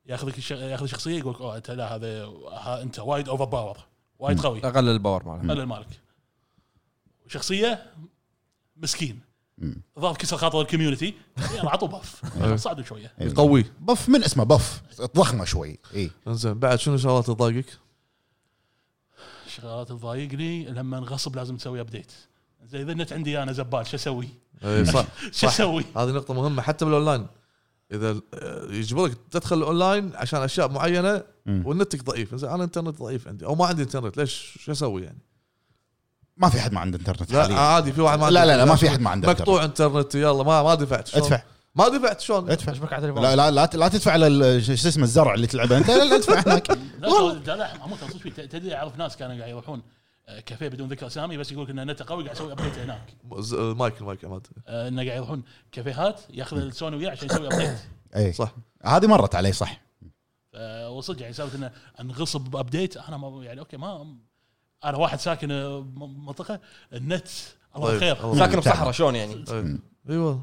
ياخذك الش- ياخذ شخصيه يقول لك اوه انت لا هذا ها- انت وايد اوفر باور وايد قوي
اقلل الباور مالها
قلل مالك شخصيه مسكين
مم. أيوه.
ضاف كسر خاطر يعني الكوميونتي يلا عطوا باف يلا صعدوا شويه
قوي
بف من اسمه بف ضخمه شوي اي
زين بعد شنو شغلات تضايقك؟
شغلات تضايقني لما انغصب لازم تسوي ابديت زي اذا النت عندي انا زبال شو اسوي؟
ايه صح
شو اسوي؟
هذه نقطة مهمة حتى بالاونلاين اذا آه، يجبرك تدخل الاونلاين عشان اشياء معينة
مم.
والنتك ضعيف زين انا انترنت ضعيف عندي او ما عندي انترنت ليش شو اسوي يعني؟
ما في حد ما عنده انترنت
لا
حاليا
عادي في واحد ما
لا لا لا ما في
إنترنت.
حد ما عنده
مقطوع انترنت يلا ما ما دفعت شلون؟
ادفع
ما دفعت شلون؟
ادفع
اشبك على تليفون
لا لا لا لا تدفع على ال- شو اسمه الزرع اللي تلعبه انت لا لا ادفع هناك
لا
والله.
لا لا محمود ترى صدق تدري اعرف ناس كانوا قاعد يروحون آه، كافيه بدون ذكر اسامي بس يقول لك ان النت قوي قاعد اسوي ابديت هناك
ز- مايك المايك عماد
آه، انه قاعد يروحون كافيهات ياخذ السوني وياه عشان يسوي ابديت
اي
صح.
هذه مرت علي صح
آه، وصدق يعني سالفه انه انغصب بابديت انا ما يعني اوكي ما انا واحد ساكن آه، م- منطقه النت الله
طيب.
بالخير
الله.
ساكن بصحراء شلون يعني؟
إيه. اي والله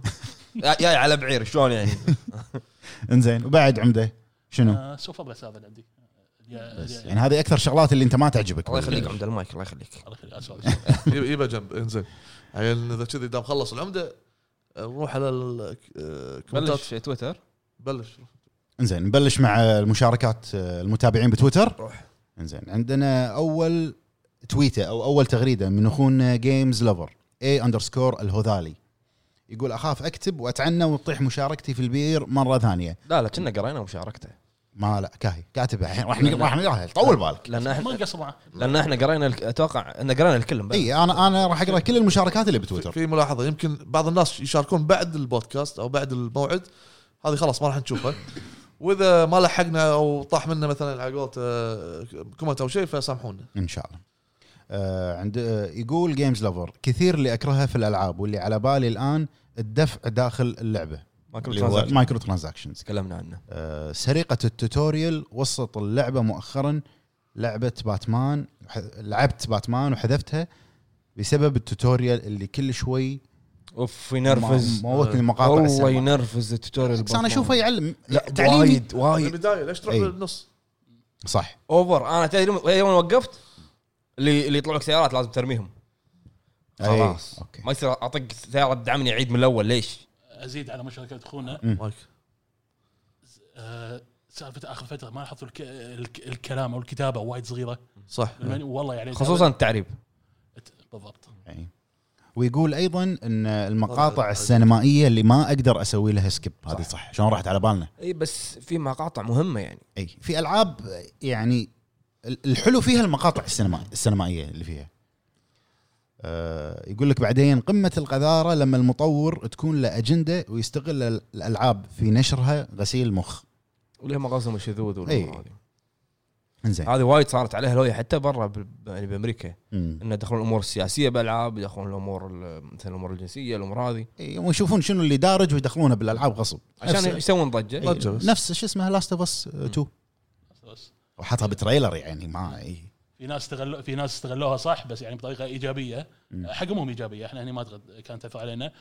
جاي على بعير شلون يعني؟
انزين وبعد عمده شنو؟
آه، سوفا بس هذا اللي عندي يا-
آه،
بس
يا-
يعني هذه اكثر شغلات اللي انت ما تعجبك
الله يخليك عمد المايك الله يخليك
الله آه، يخليك أسوأ.
يب- يبا جنب انزين عيل اذا كذي دام خلص العمده نروح على الكومنتات
بلش تويتر
بلش
انزين نبلش مع المشاركات آه، المتابعين بتويتر
روح.
انزين عندنا اول تويته او اول تغريده من اخونا جيمز لوفر اي اندرسكور الهذالي يقول اخاف اكتب واتعنى وتطيح مشاركتي في البير مره ثانيه
لا لا كنا قرينا مشاركته
ما لا كاهي كاتبها الحين راح نق- راح نقراها
طيب.
طول بالك
لان
ما
احنا
قصر معه
لان احنا قرينا الك- اتوقع ان قرينا الكل بعد.
اي انا انا راح اقرا كل المشاركات اللي
في-
بتويتر
في ملاحظه يمكن بعض الناس يشاركون بعد البودكاست او بعد الموعد هذه خلاص ما راح نشوفها واذا ما لحقنا او طاح منا مثلا على قولت كومنت او شيء فسامحونا
ان شاء الله آه عند آه يقول جيمز لوفر كثير اللي اكرهها في الالعاب واللي على بالي الان الدفع داخل اللعبه
مايكرو
اللي هو
ترانزاكشن.
مايكرو ترانزاكشنز
تكلمنا عنه
آه، سرقة التوتوريال وسط اللعبة مؤخرا لعبة باتمان ح- لعبت باتمان وحذفتها بسبب التوتوريال اللي كل شوي
اوف
ما-
ينرفز
موتني مقاطع
والله
السرقة.
آه. ينرفز التوتوريال
بس انا اشوفه
باتمان.
يعلم
لا
تعليمي.
وايد
من
وايد
البدايه ليش تروح
أي.
بالنص؟
صح
اوفر انا تدري يوم- يوم أنا وقفت اللي اللي يطلعوا لك سيارات لازم ترميهم
أي،
خلاص
إيه، أوكي.
ما يصير اعطيك سياره تدعمني اعيد من الاول ليش؟
ازيد على مشاركه اخونا
مايك
آه، سالفه اخر فتره ما لاحظت الك... الك... الكلام او الكتابه وايد صغيره
صح
المنيو- والله
إيه،
يعني
خصوصا التعريب
بالضبط
يعني. ويقول ايضا ان المقاطع السينمائية اللي ما اقدر اسوي لها سكيب هذه صح شلون راحت على بالنا
اي إيه، بس في مقاطع مهمه يعني
اي في العاب يعني ال- الحلو فيها المقاطع السينما السينمائيه اللي فيها آه، يقول لك بعدين قمه القذاره لما المطور تكون له اجنده ويستغل ال- الالعاب في نشرها غسيل مخ
ولها مغازل وشذوذ
إي.
والامور هذه
انزين
هذه وايد صارت عليها لوية حتى برا بال- يعني بامريكا
مم.
انه يدخلون الامور السياسيه بالالعاب يدخلون الامور ال- مثلا الامور الجنسيه الامور هذه
إي، ويشوفون شنو اللي دارج ويدخلونه بالالعاب غصب
عشان
نفس,
يسوون ضجه
إي،
ضجة بس.
نفس شو اسمه لاست اوف اس 2
بس
وحطها بتريلر يعني ما إي.
في ناس استغلوا في ناس استغلوها صح بس يعني بطريقه ايجابيه
مم.
حقهم ايجابيه احنا هنا ما تغد- كانت تاثر علينا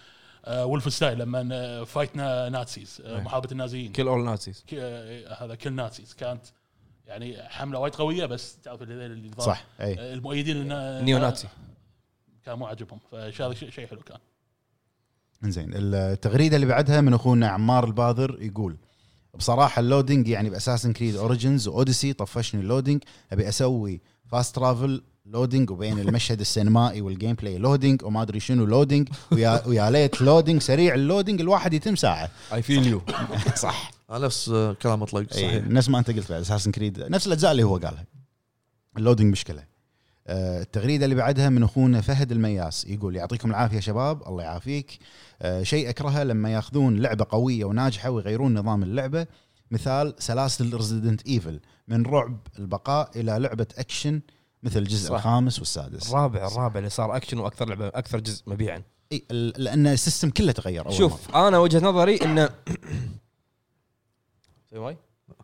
آه ولف ستايل لما آه، فايتنا نازيز آه
نعم.
أي.
محاربه النازيين
كل اول نازيز
ك- آه، هذا كل نازيز كانت يعني حمله وايد قويه بس تعرف اللي اللي ضاد-
صح اي
آه، المؤيدين لنا-
نيو نازي
كان مو عاجبهم فهذا شيء شيء حلو كان
انزين التغريده اللي بعدها من اخونا عمار الباذر يقول بصراحه اللودينج يعني باساسن كريد اوريجنز واوديسي طفشني اللودينج ابي اسوي فاست ترافل لودينج وبين المشهد السينمائي والجيم بلاي لودينج وما ادري شنو لودينج ويا ويا ليت لودينج سريع اللودينج الواحد يتم ساعه
اي فيل يو
صح
على نفس آه، كلام اطلق
إيه،
صحيح
نفس ما انت قلت بعد اساسن كريد نفس الاجزاء اللي هو قالها اللودينج مشكله آه، التغريده اللي بعدها من اخونا فهد المياس يقول يعطيكم العافيه شباب الله يعافيك آه، شيء اكرهه لما ياخذون لعبه قويه وناجحه ويغيرون نظام اللعبه مثال سلاسل ريزيدنت ايفل من رعب البقاء الى لعبه اكشن مثل الجزء
صح.
الخامس والسادس
الرابع الرابع اللي صار اكشن واكثر لعبه اكثر جزء مبيعا
إي، إيه، ال- لان السيستم كله تغير أول مرة.
شوف انا وجهه نظري انه سوي واي؟
أوكي.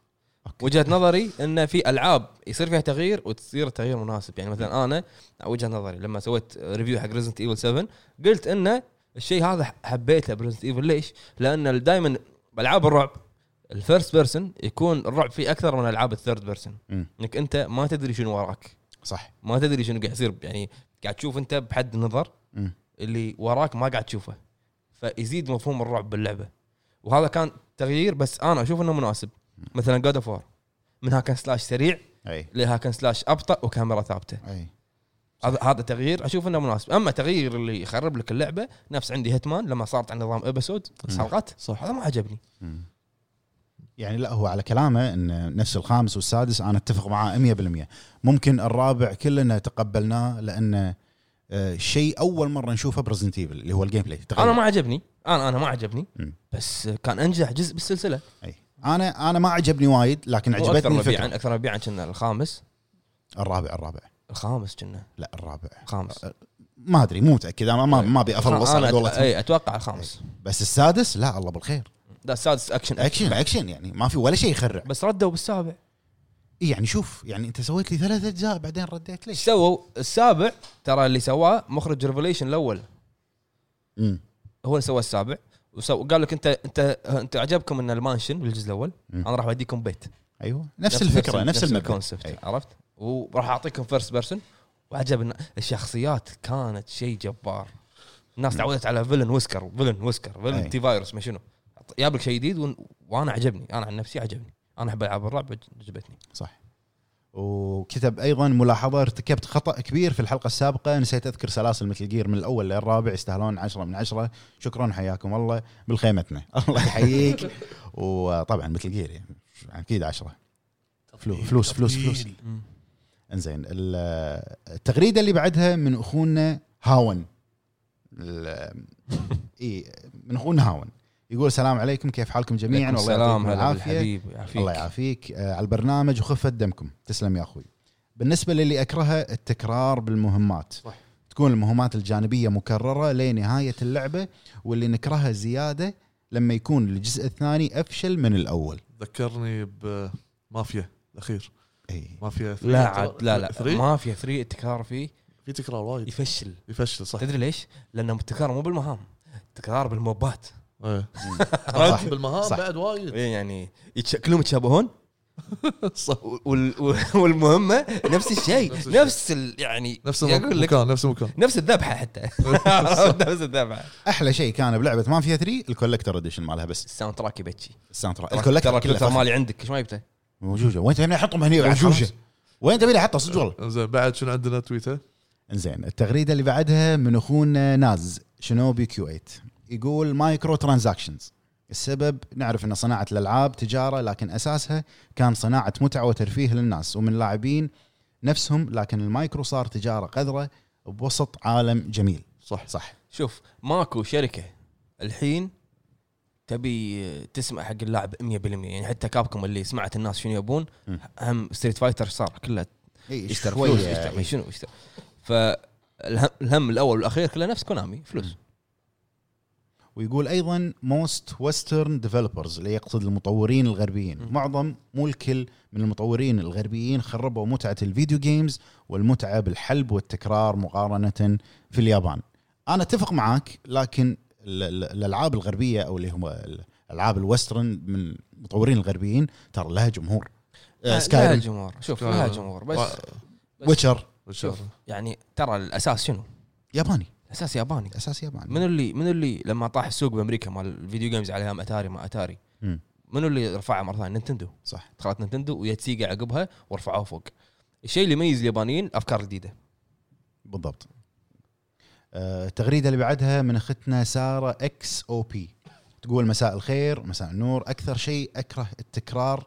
وجهه نظري انه في العاب يصير فيها تغيير وتصير التغيير مناسب يعني مثلا انا وجهه نظري لما سويت ريفيو حق ريزنت ايفل 7 قلت انه الشيء هذا حبيته بريزنت ايفل ليش؟ لان دائما بالعاب الرعب الفيرست بيرسون يكون الرعب فيه اكثر من العاب الثيرد بيرسون
مم.
انك انت ما تدري شنو وراك
صح
ما تدري شنو قاعد يصير يعني قاعد تشوف انت بحد النظر
مم.
اللي وراك ما قاعد تشوفه فيزيد مفهوم الرعب باللعبه وهذا كان تغيير بس انا اشوف انه مناسب مثلا جود اوف وار من هاكن سلاش سريع
اي
لهاكن سلاش ابطا وكاميرا ثابته
اي
هذا هذا تغيير اشوف انه مناسب اما تغيير اللي يخرب لك اللعبه نفس عندي هيتمان لما صارت عن نظام ابسود حلقات
صح
هذا ما عجبني
مم. يعني لا هو على كلامه ان نفس الخامس والسادس انا اتفق معاه 100% ممكن الرابع كلنا تقبلناه لانه آه، شيء اول مره نشوفه برزنت ايفل اللي هو الجيم بلاي تغير.
انا ما عجبني انا انا ما عجبني
مم.
بس كان انجح جزء بالسلسله
أي. انا انا ما عجبني وايد لكن
واكثر
عجبتني
مبيعا
الفكره
اكثر مبيعا كنا الخامس
الرابع الرابع
الخامس كنا
لا الرابع
الخامس
ما ادري مو متاكد انا ما ما ابي افلص
انا
على
آه، أت...
قولتهم
اي اتوقع الخامس
بس السادس لا الله بالخير
ذا السادس اكشن
اكشن اكشن يعني ما في ولا شيء يخرع
بس ردوا بالسابع
إي يعني شوف يعني انت سويت لي ثلاث اجزاء بعدين رديت
ايش
ليش؟
سووا السابع ترى اللي سواه مخرج ريفوليشن الاول
مم.
هو اللي سوى السابع وسو... قال لك انت انت انت عجبكم ان المانشن بالجزء الاول
مم.
انا راح اوديكم بيت
ايوه نفس, الفكره نفس, نفس المبدا
الكونسبت عرفت وراح اعطيكم فيرست بيرسون وعجب إن الشخصيات كانت شيء جبار الناس تعودت على فيلن ويسكر فيلن ويسكر فيلن
أي.
تي فايروس ما شنو جاب لك شيء جديد ون- وانا عجبني انا عن نفسي عجبني انا احب العاب الرعب عجبتني
صح وكتب ايضا ملاحظه ارتكبت خطا كبير في الحلقه السابقه نسيت اذكر سلاسل مثل جير من الاول للرابع يستاهلون 10 من 10 شكرا حياكم الله بالخيمتنا الله يحييك وطبعا مثل جير يعني اكيد 10 فلوس- فلوس- فلوس- فلوس.
تطبيل.
انزين ال- التغريده اللي بعدها من اخونا هاون ال- اي من اخونا هاون يقول السلام عليكم كيف حالكم جميعا
عليكم
والله
السلام
يعطيكم
هلا
العافيه
بالحبيب يعافيك
الله يعافيك آه، على البرنامج وخفة دمكم تسلم يا اخوي بالنسبه للي اكرهه التكرار بالمهمات
صح.
تكون المهمات الجانبيه مكرره لنهايه اللعبه واللي نكرهها زياده لما يكون الجزء الثاني افشل من الاول
ذكرني بمافيا الاخير
اي
مافيا
لا عاد لا لا
3
ما في ثري التكرار فيه
في تكرار وايد
يفشل
يفشل صح
تدري ليش؟ لان التكرار مو بالمهام التكرار بالموبات
إيه.
صح.
بالمهام
صح.
بعد وايد
إيه يعني يتش... كلهم يتشابهون إيه.
صح
وال... وال- والمهمه نفس الشيء
نفس الشيء.
نفس ال... يعني
نفس
يقول لك
المكان نفس المكان
نفس الذبحه حتى نفس الذبحه
احلى شيء كان بلعبه مافيا 3 الكولكتر اديشن مالها بس
الساوند تراك يبكي
الساوند تراك
ترى
الكولكتر كله
كل
فخم.
مالي عندك ايش ما جبته؟
موجوده وين تبيني احطهم هني بعد
موجوجة.
خلاص. وين تبيني احطه صدق والله
زين بعد شنو عندنا تويتر
انزين التغريده اللي بعدها من اخونا ناز شنوبي كيو 8 يقول مايكرو ترانزاكشنز السبب نعرف ان صناعه الالعاب تجاره لكن اساسها كان صناعه متعه وترفيه للناس ومن لاعبين نفسهم لكن المايكرو صار تجاره قذره بوسط عالم جميل
صح
صح
شوف ماكو شركه الحين تبي تسمع حق اللاعب 100% يعني حتى كابكم اللي سمعت الناس شنو يبون
مم.
هم ستريت فايتر صار كله
اي
يشتري
إيه، شوية-
فلوس يشتري ما شنو يشتري فالهم الاول والاخير كله نفس كونامي فلوس
ويقول ايضا موست ويسترن ديفلوبرز اللي يقصد المطورين الغربيين
م.
معظم مو الكل من المطورين الغربيين خربوا متعه الفيديو جيمز والمتعه بالحلب والتكرار مقارنه في اليابان انا اتفق معاك لكن ال- ال- الالعاب الغربيه او اللي هم الالعاب الويسترن من المطورين الغربيين ترى لها جمهور آه،
لا- لها
سكاي
جمهور شوف لها جمهور بس بس-
ويتشر
شوف يعني ترى الاساس شنو؟
ياباني
الاساس ياباني
اساس ياباني
منو اللي منو اللي لما طاح السوق بامريكا مال الفيديو جيمز على ايام اتاري ما اتاري
مم.
منو اللي رفعها مره ثانيه نينتندو
صح
دخلت نينتندو ويا سيجا عقبها ورفعوها فوق الشيء اللي يميز اليابانيين الافكار الجديده
بالضبط آه، التغريده اللي بعدها من اختنا ساره اكس او بي تقول مساء الخير مساء النور اكثر شيء اكره التكرار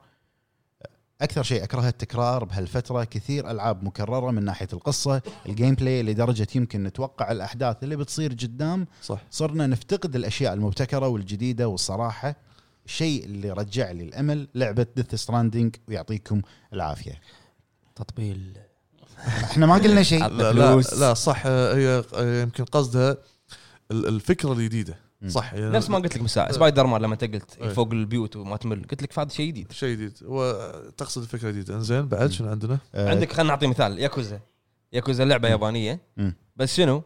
اكثر شيء اكرهه التكرار بهالفتره كثير العاب مكرره من ناحيه القصه الجيم بلاي لدرجه يمكن نتوقع الاحداث اللي بتصير قدام
صح
صرنا نفتقد الاشياء المبتكره والجديده والصراحه الشيء اللي رجع لي الامل لعبه ديث ستراندنج ويعطيكم العافيه
تطبيل
احنا ما قلنا شيء
لا لا, لا صح آه، هي آه، يمكن قصدها ال- الفكره الجديده
مم.
صح يعني
نفس ما قلت لك مساء سبايدر مان لما انت قلت
إيه.
فوق البيوت وما تمل قلت لك هذا شيء جديد
شيء جديد وتقصد الفكره الجديده انزين بعد شنو عندنا؟
آه،
عندك خلينا نعطي مثال ياكوزا ياكوزا لعبه يابانيه
مم.
بس شنو؟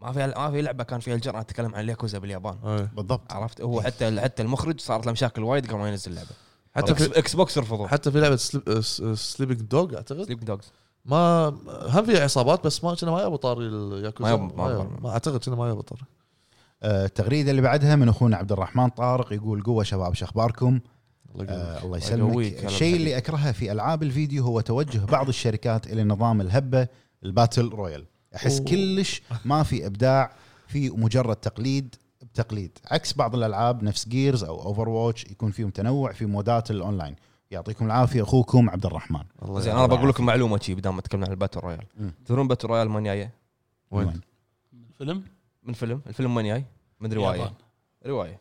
ما في ما في لعبه كان فيها الجرأه تتكلم عن الياكوزا باليابان
أي.
بالضبط
عرفت هو حتى حتى المخرج صارت له مشاكل وايد قبل ما ينزل اللعبه
حتى
اكس,
في
إكس بوكس رفضوه
حتى في آه، لعبه سليبنج دوغ اعتقد
سليب دوجز
ما هم فيها عصابات بس ما كنا ما يبوا طاري الياكوزا
ما
ما,
يبوا- ما يبوا.
ما اعتقد كنا ما يبوا طاري
آه، التغريده اللي بعدها من اخونا عبد الرحمن طارق يقول قوه شباب شخباركم
الله يقويك.
آه الله
يقويك،
يسلمك الشيء
هلا بالحبيب.
اللي اكرهه في العاب الفيديو هو توجه بعض الشركات الى نظام الهبه الباتل رويال احس
أوه.
كلش ما في ابداع في مجرد تقليد بتقليد عكس بعض الالعاب نفس جيرز او اوفر واتش يكون فيهم تنوع في مودات الاونلاين يعطيكم العافيه اخوكم عبد الرحمن
الله
زين
يقويك.
انا بقول لكم معلومه شي بدام ما تكلمنا عن الباتل رويال
مم.
تدرون باتل رويال من جايه؟
وين؟
فيلم
من فيلم الفيلم من جاي؟ من روايه
يابان.
روايه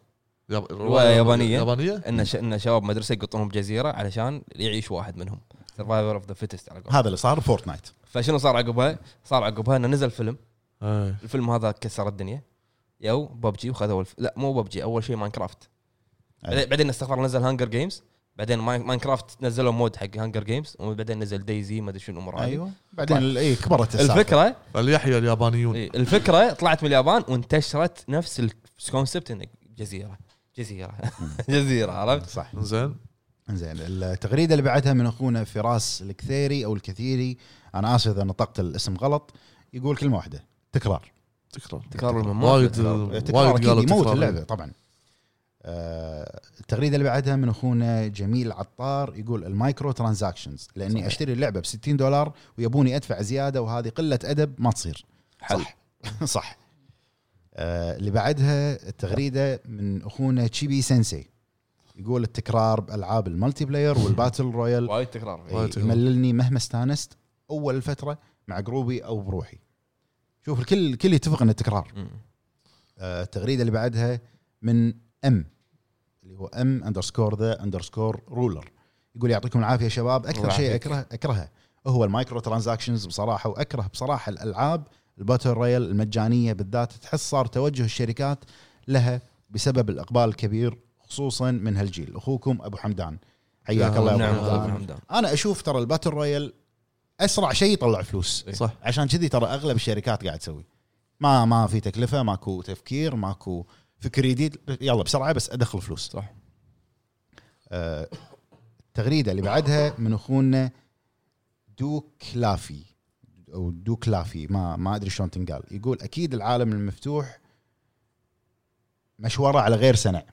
ياب-
رواية يابانية.
يابانيه
ان ش... ان شباب مدرسه يقطونهم بجزيره علشان يعيش واحد منهم سرفايفر اوف ذا فيتست على قولهم.
هذا اللي صار فورتنايت
فشنو صار عقبها؟ صار عقبها انه نزل فيلم
أي.
إيه.
الفيلم هذا كسر الدنيا يو ببجي وخذوا الف... لا مو ببجي اول شيء ماينكرافت
أي.
بعدين استغفر نزل هانجر جيمز بعدين ماين- ماينكرافت نزلوا مود حق هانجر جيمز وبعدين نزل دايزي ما ادري شنو الامور هذه
أيوه.
ايوه بعدين ال- اي كبرت السالفة.
الفكره
فليحيى اليابانيون
إيه، الفكره طلعت من اليابان وانتشرت نفس الكونسبت انك جزيره جزيره جزيره عرفت؟
صح
زين
زين التغريده اللي بعدها من اخونا فراس الكثيري او الكثيري انا اسف اذا نطقت الاسم غلط يقول كلمه واحده تكرار
تكرار
تكرار
وايد
المماثل
إيه، تكرار
وايد
اكيد
قالوا
يموت
تكرار.
اللعبه طبعا آه، التغريده اللي بعدها من اخونا جميل عطار يقول المايكرو ترانزاكشنز لاني صحيح.
صحيح.
اشتري اللعبه ب 60 دولار ويبوني ادفع زياده وهذه قله ادب ما تصير
حل
صح صح آه، اللي بعدها التغريده من اخونا تشيبي سensei يقول التكرار بالعاب الملتي بلاير والباتل رويال
وايد تكرار
وايد
إي،
تهمل.
إيه، يمللني مهما استانست اول الفتره مع جروبي او بروحي شوف الكل الكل يتفق ان التكرار
مم.
آه، التغريده اللي بعدها من ام اللي هو ام اندرسكور ذا اندرسكور رولر يقول يعطيكم العافيه يا شباب اكثر
الله
شيء
يعافيك.
اكره اكرهه هو المايكرو ترانزاكشنز بصراحه واكره بصراحه الالعاب الباتل رويال المجانيه بالذات تحس صار توجه الشركات لها بسبب الاقبال الكبير خصوصا من هالجيل اخوكم ابو حمدان حياك الله يا
نعم
ابو
أبو
حمدان
حمدان.
انا اشوف ترى الباتل رويال اسرع شيء يطلع فلوس
إيه.
صح
عشان كذي ترى اغلب الشركات قاعد تسوي ما ما في تكلفه ماكو تفكير ماكو فكر جديد يلا بسرعه بس ادخل فلوس
صح.
آه، التغريده اللي بعدها من اخونا دوك لافي او دوك لافي ما ما ادري شلون تنقال يقول اكيد العالم المفتوح مشوره على غير سنه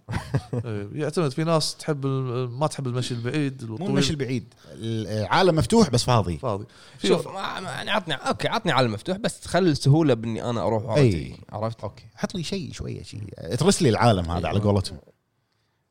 إيه، يعتمد في ناس تحب ال- ما تحب المشي البعيد
مو
الطويل
المشي البعيد العالم مفتوح بس فاضي
فاضي في-
شوف ما- ما- يعني عطني اوكي عطني على المفتوح بس خلي السهوله باني انا اروح وأرجع.
إي.
عرفت؟
اوكي حط لي شيء شويه شيء ترس لي العالم هذا على قولتهم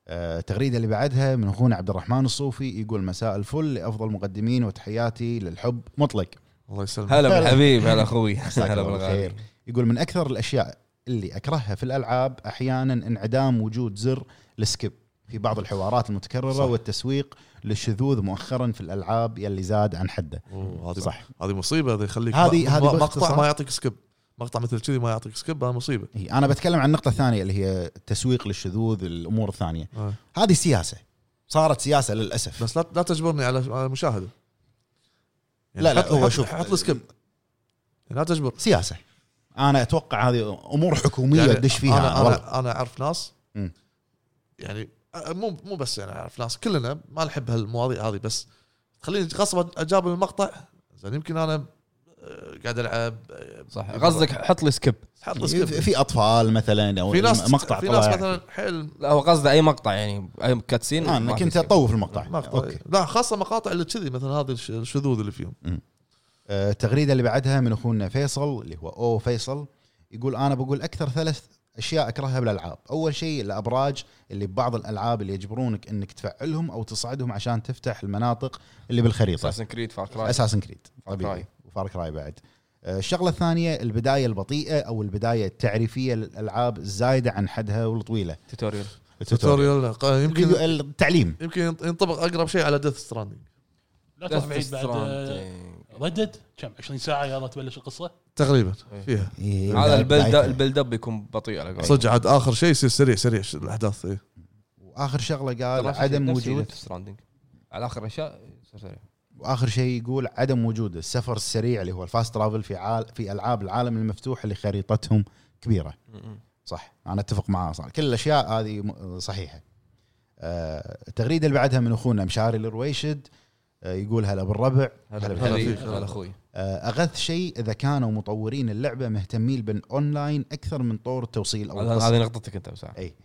آه، التغريده اللي بعدها من اخونا عبد الرحمن الصوفي يقول مساء الفل لافضل مقدمين وتحياتي للحب مطلق
الله يسلمك
هلا
هلا.
بالحبيب هلا اخوي
مساك
هلا
الله
بالغالي
بالخير. يقول من اكثر الاشياء اللي اكرهها في الالعاب احيانا انعدام وجود زر السكيب في بعض الحوارات المتكرره صح. والتسويق للشذوذ مؤخرا في الالعاب يلي زاد عن حده
أوه، هذه
صح
هذه مصيبه هذه يخليك
هذه-
ما-
هذه
ما- مقطع
باختصار.
ما يعطيك سكيب مقطع مثل كذي ما يعطيك سكيب هذا مصيبه
هي انا إيه، بتكلم عن النقطه الثانيه اللي هي التسويق للشذوذ الامور الثانيه
آه.
هذه سياسه صارت سياسه للاسف
بس لا لا تجبرني على على المشاهده
لا، لا،
حط-
هو
حط-
شوف.
حط لي سكيب لا تجبر
سياسه انا اتوقع هذه امور حكوميه
يعني
تدش فيها
انا
والله.
انا, أنا اعرف ناس
مم.
يعني أ- مو مو بس يعني اعرف ناس كلنا ما نحب هالمواضيع هذه بس خليني غصب اجاب المقطع زين يمكن انا آه، قاعد العب آه،
صح قصدك حط لي سكيب
حط لي
في
سكيب
في اطفال مثلا او
في ناس
مقطع
في ناس
طلع. يعني.
مثلا حيل
لا هو قصده اي مقطع يعني اي كاتسين
آه، انا كنت اطوف المقطع
مقطع
اوكي
لا خاصه مقاطع اللي كذي مثلا هذه الش- الشذوذ اللي فيهم
آه، التغريده اللي بعدها من اخونا فيصل اللي هو او فيصل يقول انا بقول اكثر ثلاث اشياء اكرهها بالالعاب اول شيء الابراج اللي ببعض الالعاب اللي يجبرونك انك تفعلهم او تصعدهم عشان تفتح المناطق اللي بالخريطه
اساسن كريد فار كراي
اساسن كريد
Far
طبيعي وفار كراي بعد آه، الشغله الثانيه البدايه البطيئه او البدايه التعريفيه للالعاب الزايده عن حدها والطويله
توتوريال
توتوريال قا- آه، يمكن
التعليم
يمكن ينطبق اقرب شيء على ديث ستراندنج
لا تروح بعيد بعد آه، ردد كم 20 ساعه يلا تبلش القصه
تقريبا
إيه.
فيها
هذا البيلد البيلد اب يكون بطيء على
طيب.
قولتهم.
صدق عاد اخر شيء يصير سريع سريع ش- الاحداث إيه.
واخر شغله قال
نفس-
عدم
نفس
وجود
Death Stranding. على اخر اشياء سوري.
واخر شيء يقول عدم وجود السفر السريع اللي هو الفاست ترافل في عال في العاب العالم المفتوح اللي خريطتهم كبيره صح انا اتفق معاه صح كل الاشياء هذه م- صحيحه آه، التغريده اللي بعدها من اخونا مشاري الرويشد آه، يقول هلا بالربع هلا
هلا هلا
بالحبيب.
فيك، هلا اخوي
آه، اغث شيء اذا كانوا مطورين اللعبه مهتمين بالاونلاين اكثر من طور التوصيل او
هذا-
القصة.
هذه نقطتك انت بساعة
اي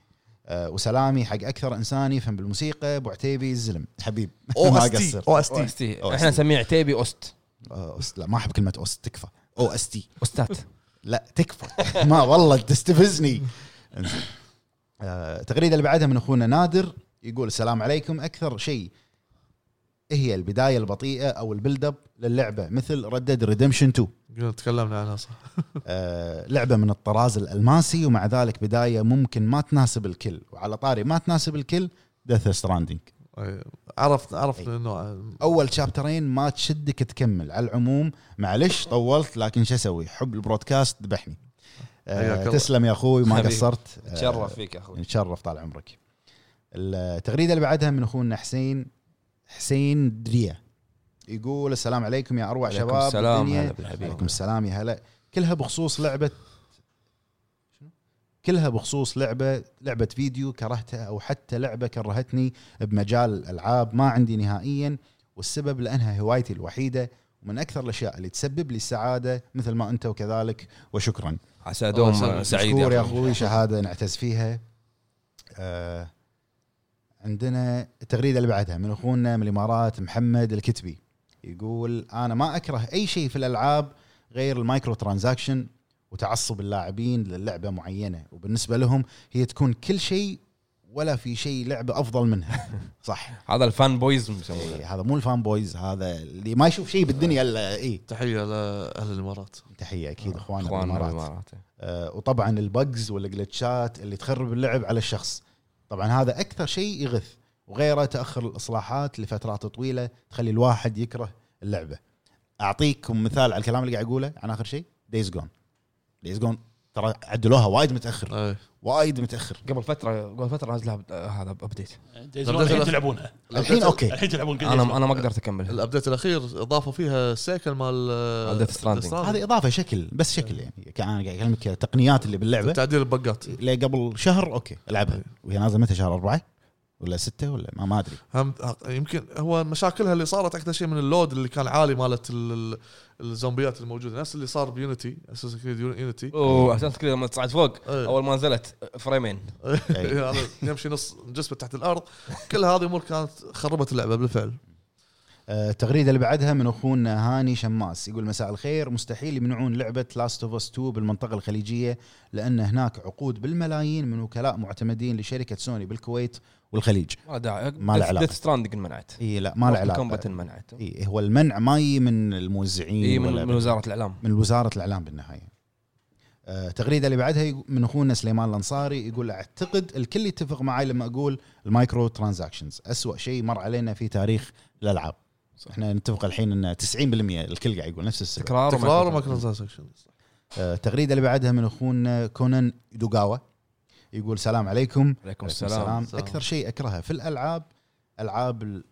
آه، وسلامي حق اكثر انسان يفهم بالموسيقى ابو عتيبي الزلم حبيب
او
ما
اس تي
قصر.
او اس تي
اوستي
أوستي.
احنا نسميه عتيبي اوست
آه، أوس- لا ما احب كلمه اوس تكفى او اس تي
اوستات
لا تكفى ما والله تستفزني انزين. آه، التغريده اللي بعدها من اخونا نادر يقول السلام عليكم اكثر شيء هي البدايه البطيئه او البيلد اب للعبه مثل ردد ريدمشن 2
قلنا تكلمنا عنها صح
آه، لعبه من الطراز الالماسي ومع ذلك بدايه ممكن ما تناسب الكل وعلى طاري ما تناسب الكل دث ستراندنج
إيه. عرفت عرفت
إيه.
انه
اول شابترين ما تشدك تكمل على العموم معلش طولت لكن شو اسوي حب البرودكاست ذبحني
حياك
آه
الله.
تسلم يا اخوي ما
حبيبي.
قصرت آه،
تشرف فيك يا اخوي
نتشرف طال عمرك التغريده اللي بعدها من اخونا حسين حسين دريه يقول السلام عليكم يا اروع
عليكم
شباب
السلام،
الدنيا.
هلا بالحبيب.
عليكم السلام يا هلا كلها بخصوص لعبه كلها بخصوص لعبه لعبه فيديو كرهتها او حتى لعبه كرهتني بمجال الالعاب ما عندي نهائيا والسبب لانها هوايتي الوحيده ومن اكثر الاشياء اللي تسبب لي السعاده مثل ما انت وكذلك وشكرا
عسى
الله
دوم
يسلمك.
سعيد
مشكور يا اخوي شهاده نعتز فيها آه عندنا التغريده اللي بعدها من اخونا من الامارات محمد الكتبي يقول انا ما اكره اي شيء في الالعاب غير المايكرو ترانزاكشن وتعصب اللاعبين للعبه معينه وبالنسبه لهم هي تكون كل شيء ولا في شيء لعبه افضل منها صح
هذا الفان بويز يسمونه
إيه هذا مو الفان بويز هذا اللي ما يشوف شيء بالدنيا إيه، الا اي
تحيه لاهل الامارات
تحيه
آه،
اكيد اخواننا
اخواننا
بالامارات
بالامارات
آه، وطبعا البجز والجلتشات اللي تخرب اللعب على الشخص طبعا هذا اكثر شيء يغث وغيره تاخر الاصلاحات لفترات طويله تخلي الواحد يكره اللعبه اعطيكم مثال على الكلام اللي قاعد اقوله عن اخر شيء دايز جون دايز جون ترى عدلوها وايد متاخر
إيه.
وايد متاخر
قبل فتره قبل فتره نزل هب- آه، هذا ابديت
دايز جون الحين تلعبونها
الحين اوكي
الحين تلعبون Days
انا
Gone.
انا ما قدرت اكمل
الابديت الاخير اضافوا فيها السيكل مال
مال Death Stranding.
هذه اضافه شكل بس شكل يعني كان انا قاعد اكلمك التقنيات اللي باللعبه
تعديل البقات
اللي قبل شهر اوكي العبها وهي نازله متى شهر أربعة ولا ستة ولا ما, ما ادري
هم يمكن هو مشاكلها اللي صارت اكثر شيء من اللود اللي كان عالي مالت ال- ال- الزومبيات الموجوده نفس اللي صار بيونتي اساسا كريد يونتي
اوه اساس كريد لما تصعد فوق
إيه.
اول ما نزلت فريمين
يعني
أي.
هذا يمشي نص جسمه تحت الارض كل هذه امور كانت خربت اللعبه بالفعل
آه، آه، التغريده اللي بعدها من اخونا هاني شماس يقول مساء الخير مستحيل يمنعون لعبه لاست اوف اس 2 بالمنطقه الخليجيه لان هناك عقود بالملايين من وكلاء معتمدين لشركه سوني بالكويت والخليج
ما له داعي
ما له علاقة.
ديث ستراندنج منعت
اي لا ما له
كومبات
علاقه
منعت
اي هو المنع ما يجي من الموزعين
اي
ولا
إيه، من, من وزاره الاعلام
من وزاره الاعلام بالنهايه. آه، التغريده اللي بعدها يق- من اخونا سليمان الانصاري يقول اعتقد الكل يتفق معي لما اقول المايكرو ترانزاكشنز اسوء شيء مر علينا في تاريخ الالعاب.
صح.
احنا نتفق الحين ان 90% الكل قاعد يقول نفس السبب.
تكرار
تكرار
وما-
مايكرو ترانزاكشن
آه، التغريده اللي بعدها من اخونا كونان دوغاوا يقول سلام عليكم
عليكم السلام
السلام.
اكثر شيء اكرهه في الالعاب العاب ال-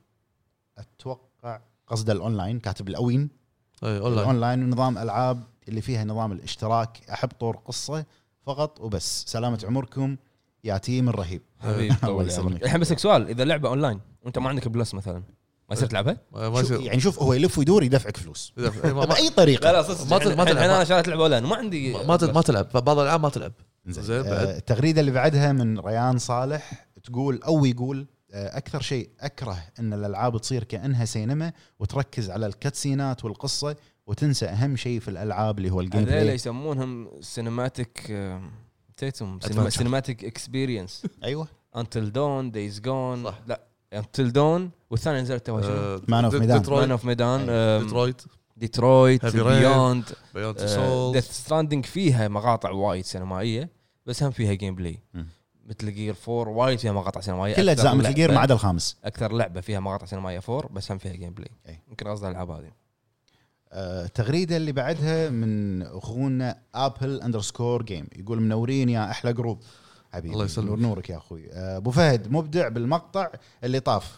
اتوقع قصده الاونلاين كاتب الاوين
اي اونلاين
اونلاين نظام العاب اللي فيها نظام الاشتراك احب طور قصه فقط وبس سلامه عمركم يا تيم الرهيب
حبيبي
الله
طول
يسلمك.
عمرك. الحين بسك سؤال اذا لعبه اونلاين وانت ما عندك بلس مثلا ما يصير تلعبها؟
ما
شوف
يصير
يعني شوف هو يلف ويدور يدفعك فلوس
إذا- إي، ما- ما-
باي طريقه
لا صدق
ما تل- ما
الحين
تلعب.
انا شريت لعبه اونلاين وما عندي
ما- ما تل- ما تلعب بعض الالعاب ما تلعب
زين.
زين، بعد.
آه، التغريده اللي بعدها من ريان صالح تقول او يقول آه، اكثر شيء اكره ان الالعاب تصير كانها سينما وتركز على الكاتسينات والقصه وتنسى اهم شيء في الالعاب اللي هو الجيم
هذول
بلاي
يسمونهم آه، سينماتيك تيتم
Adventure.
سينماتيك اكسبيرينس
ايوه
انتل دون دايز جون
صح.
لا انتل دون والثانيه نزلت
آه،
Man um, of
ديت-
Medan.
مان
ديترويت
اوف ميدان
ديترويت
ديترويت
Heavy Rain.
بيوند
بيونت
آه،
سول
ديث ستراندنج آه، فيها مقاطع وايد سينمائيه بس هم فيها جيم بلاي
مم.
مثل جير 4 وايد فيها مقاطع سينمائيه
كل
أكثر
اجزاء مثل
لعبة-
جير ما عدا الخامس
اكثر لعبه فيها مقاطع سينمائيه 4 بس هم فيها جيم بلاي
أي.
يمكن قصدها الالعاب هذه
آه، التغريده اللي بعدها من اخونا ابل اندرسكور جيم يقول منورين يا احلى جروب حبيبي
الله يسلمك.
نور نورك يا اخوي آه، ابو فهد مبدع بالمقطع اللي طاف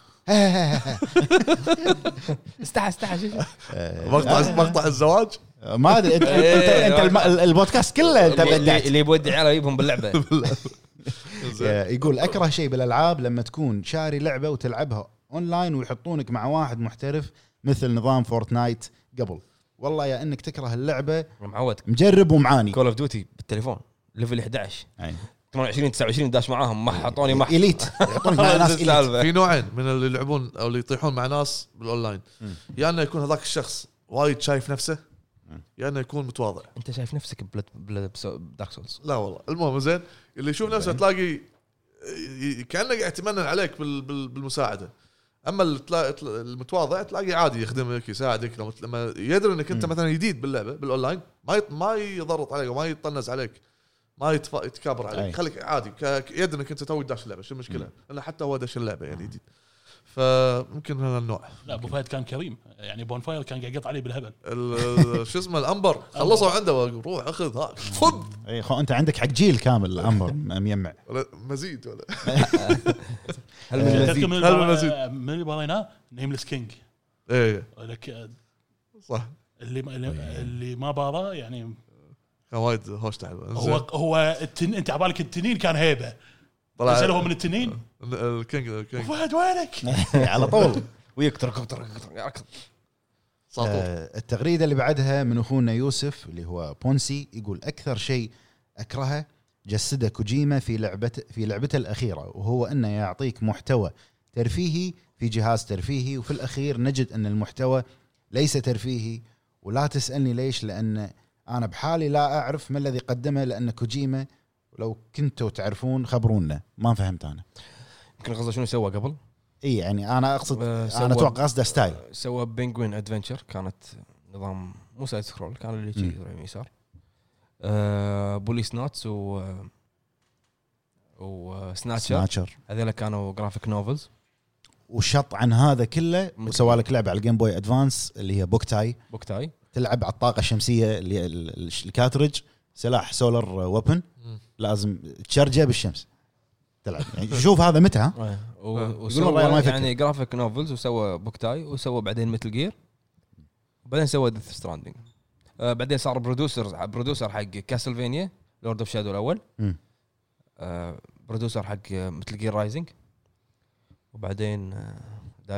استحى استحى شو- شو.
آه،
مقطع إيه، مقطع الزواج
آه، ما ادري انت انت, انت الم- البودكاست كله انت
اللي
بدعت
إيه،
اللي يبودي عياله يجيبهم باللعبه
آه، يقول اكره شيء بالالعاب لما تكون شاري لعبه وتلعبها اونلاين ويحطونك مع واحد محترف مثل نظام فورتنايت قبل والله يا انك تكره اللعبه
معود
مجرب ومعاني
كول اوف ديوتي بالتليفون ليفل 11
أي.
28 29 داش معاهم ما حطوني ما
اليت يحطونك مع إيه، ناس إليت.
في نوعين من اللي يلعبون او اللي يطيحون مع ناس بالاونلاين
مم.
يا انه يكون هذاك الشخص وايد شايف نفسه يا انه يكون متواضع
انت شايف نفسك بدارك سولز
لا والله المهم زين اللي يشوف نفسه تلاقي ي- كانه قاعد يتمنن عليك بال- بال- بالمساعده اما اللي تلا- تلا- المتواضع تلاقي عادي يخدمك يساعدك لما- لما يدري انك انت مثلا جديد باللعبه بالاونلاين ما يط- ما يضرط عليك وما يطنز عليك ما يتف- يتكابر
أي.
عليك خليك عادي ك- ك- يدري انك انت توي داش اللعبه شو المشكله؟ لانه حتى هو داش اللعبه يعني جديد فممكن هذا النوع
لا ابو فهد كان كريم يعني بون فاير كان قاعد يقط عليه بالهبل
ال- شو اسمه الانبر خلصوا عنده روح اخذ ها خذ
اي إيه، خو انت عندك حق جيل كامل انبر مجمع
ولا مزيد ولا
هل
آه.
من
تذكر
المزيد
من
هل
البرا-
مزيد؟
من اللي بريناه نيمليس كينج
ايه
لك
صح
اللي ما
طيب.
اللي- اللي ما بارى يعني
كان وايد هوش تعب
هو هو التن... انت عبالك التنين كان هيبه
طلع
نزل هو من التنين
ال- الكينج الكينج
فهد وينك؟
على طول
ويك ترك ترك ترك- اركض
ساطور
آه، التغريده اللي بعدها من اخونا يوسف اللي هو بونسي يقول اكثر شيء اكرهه جسده كوجيما في لعبته في لعبته الاخيره وهو انه يعطيك محتوى ترفيهي في جهاز ترفيهي وفي الاخير نجد ان المحتوى ليس ترفيهي ولا تسالني ليش لان انا بحالي لا اعرف ما الذي قدمه لان كوجيما لو كنتوا تعرفون خبرونا ما فهمت انا
يمكن قصده شنو سوى قبل؟
اي يعني انا اقصد
آه،
انا
سوى-
اتوقع قصده ستايل
سوى بينجوين ادفنشر كانت نظام مو سايد سكرول كان اللي شي
مم.
يمين يسار آه، بوليس ناتس و وسناتشر
سناتشر
هذول كانوا جرافيك نوفلز
وشط عن هذا كله
مت-
وسوى لك لعبه على الجيم بوي ادفانس اللي هي بوكتاي
بوكتاي
تلعب على الطاقه الشمسيه اللي ال- ال- الكاترج سلاح سولر ويبن
مم.
لازم تشرجه بالشمس تلعب يعني شوف هذا متى ها؟
آه، و-
آه.
يقولون والله ما
وسوى
يفكر.
يعني جرافيك نوفلز وسوى بوكتاي وسوى بعدين متل جير وبعدين سوى ديث ستراندنج بعدين صار برودوسر برودوسر حق كاسلفينيا لورد اوف شادو الاول
مم.
آه، برودوسر حق متل جير رايزنج وبعدين آه،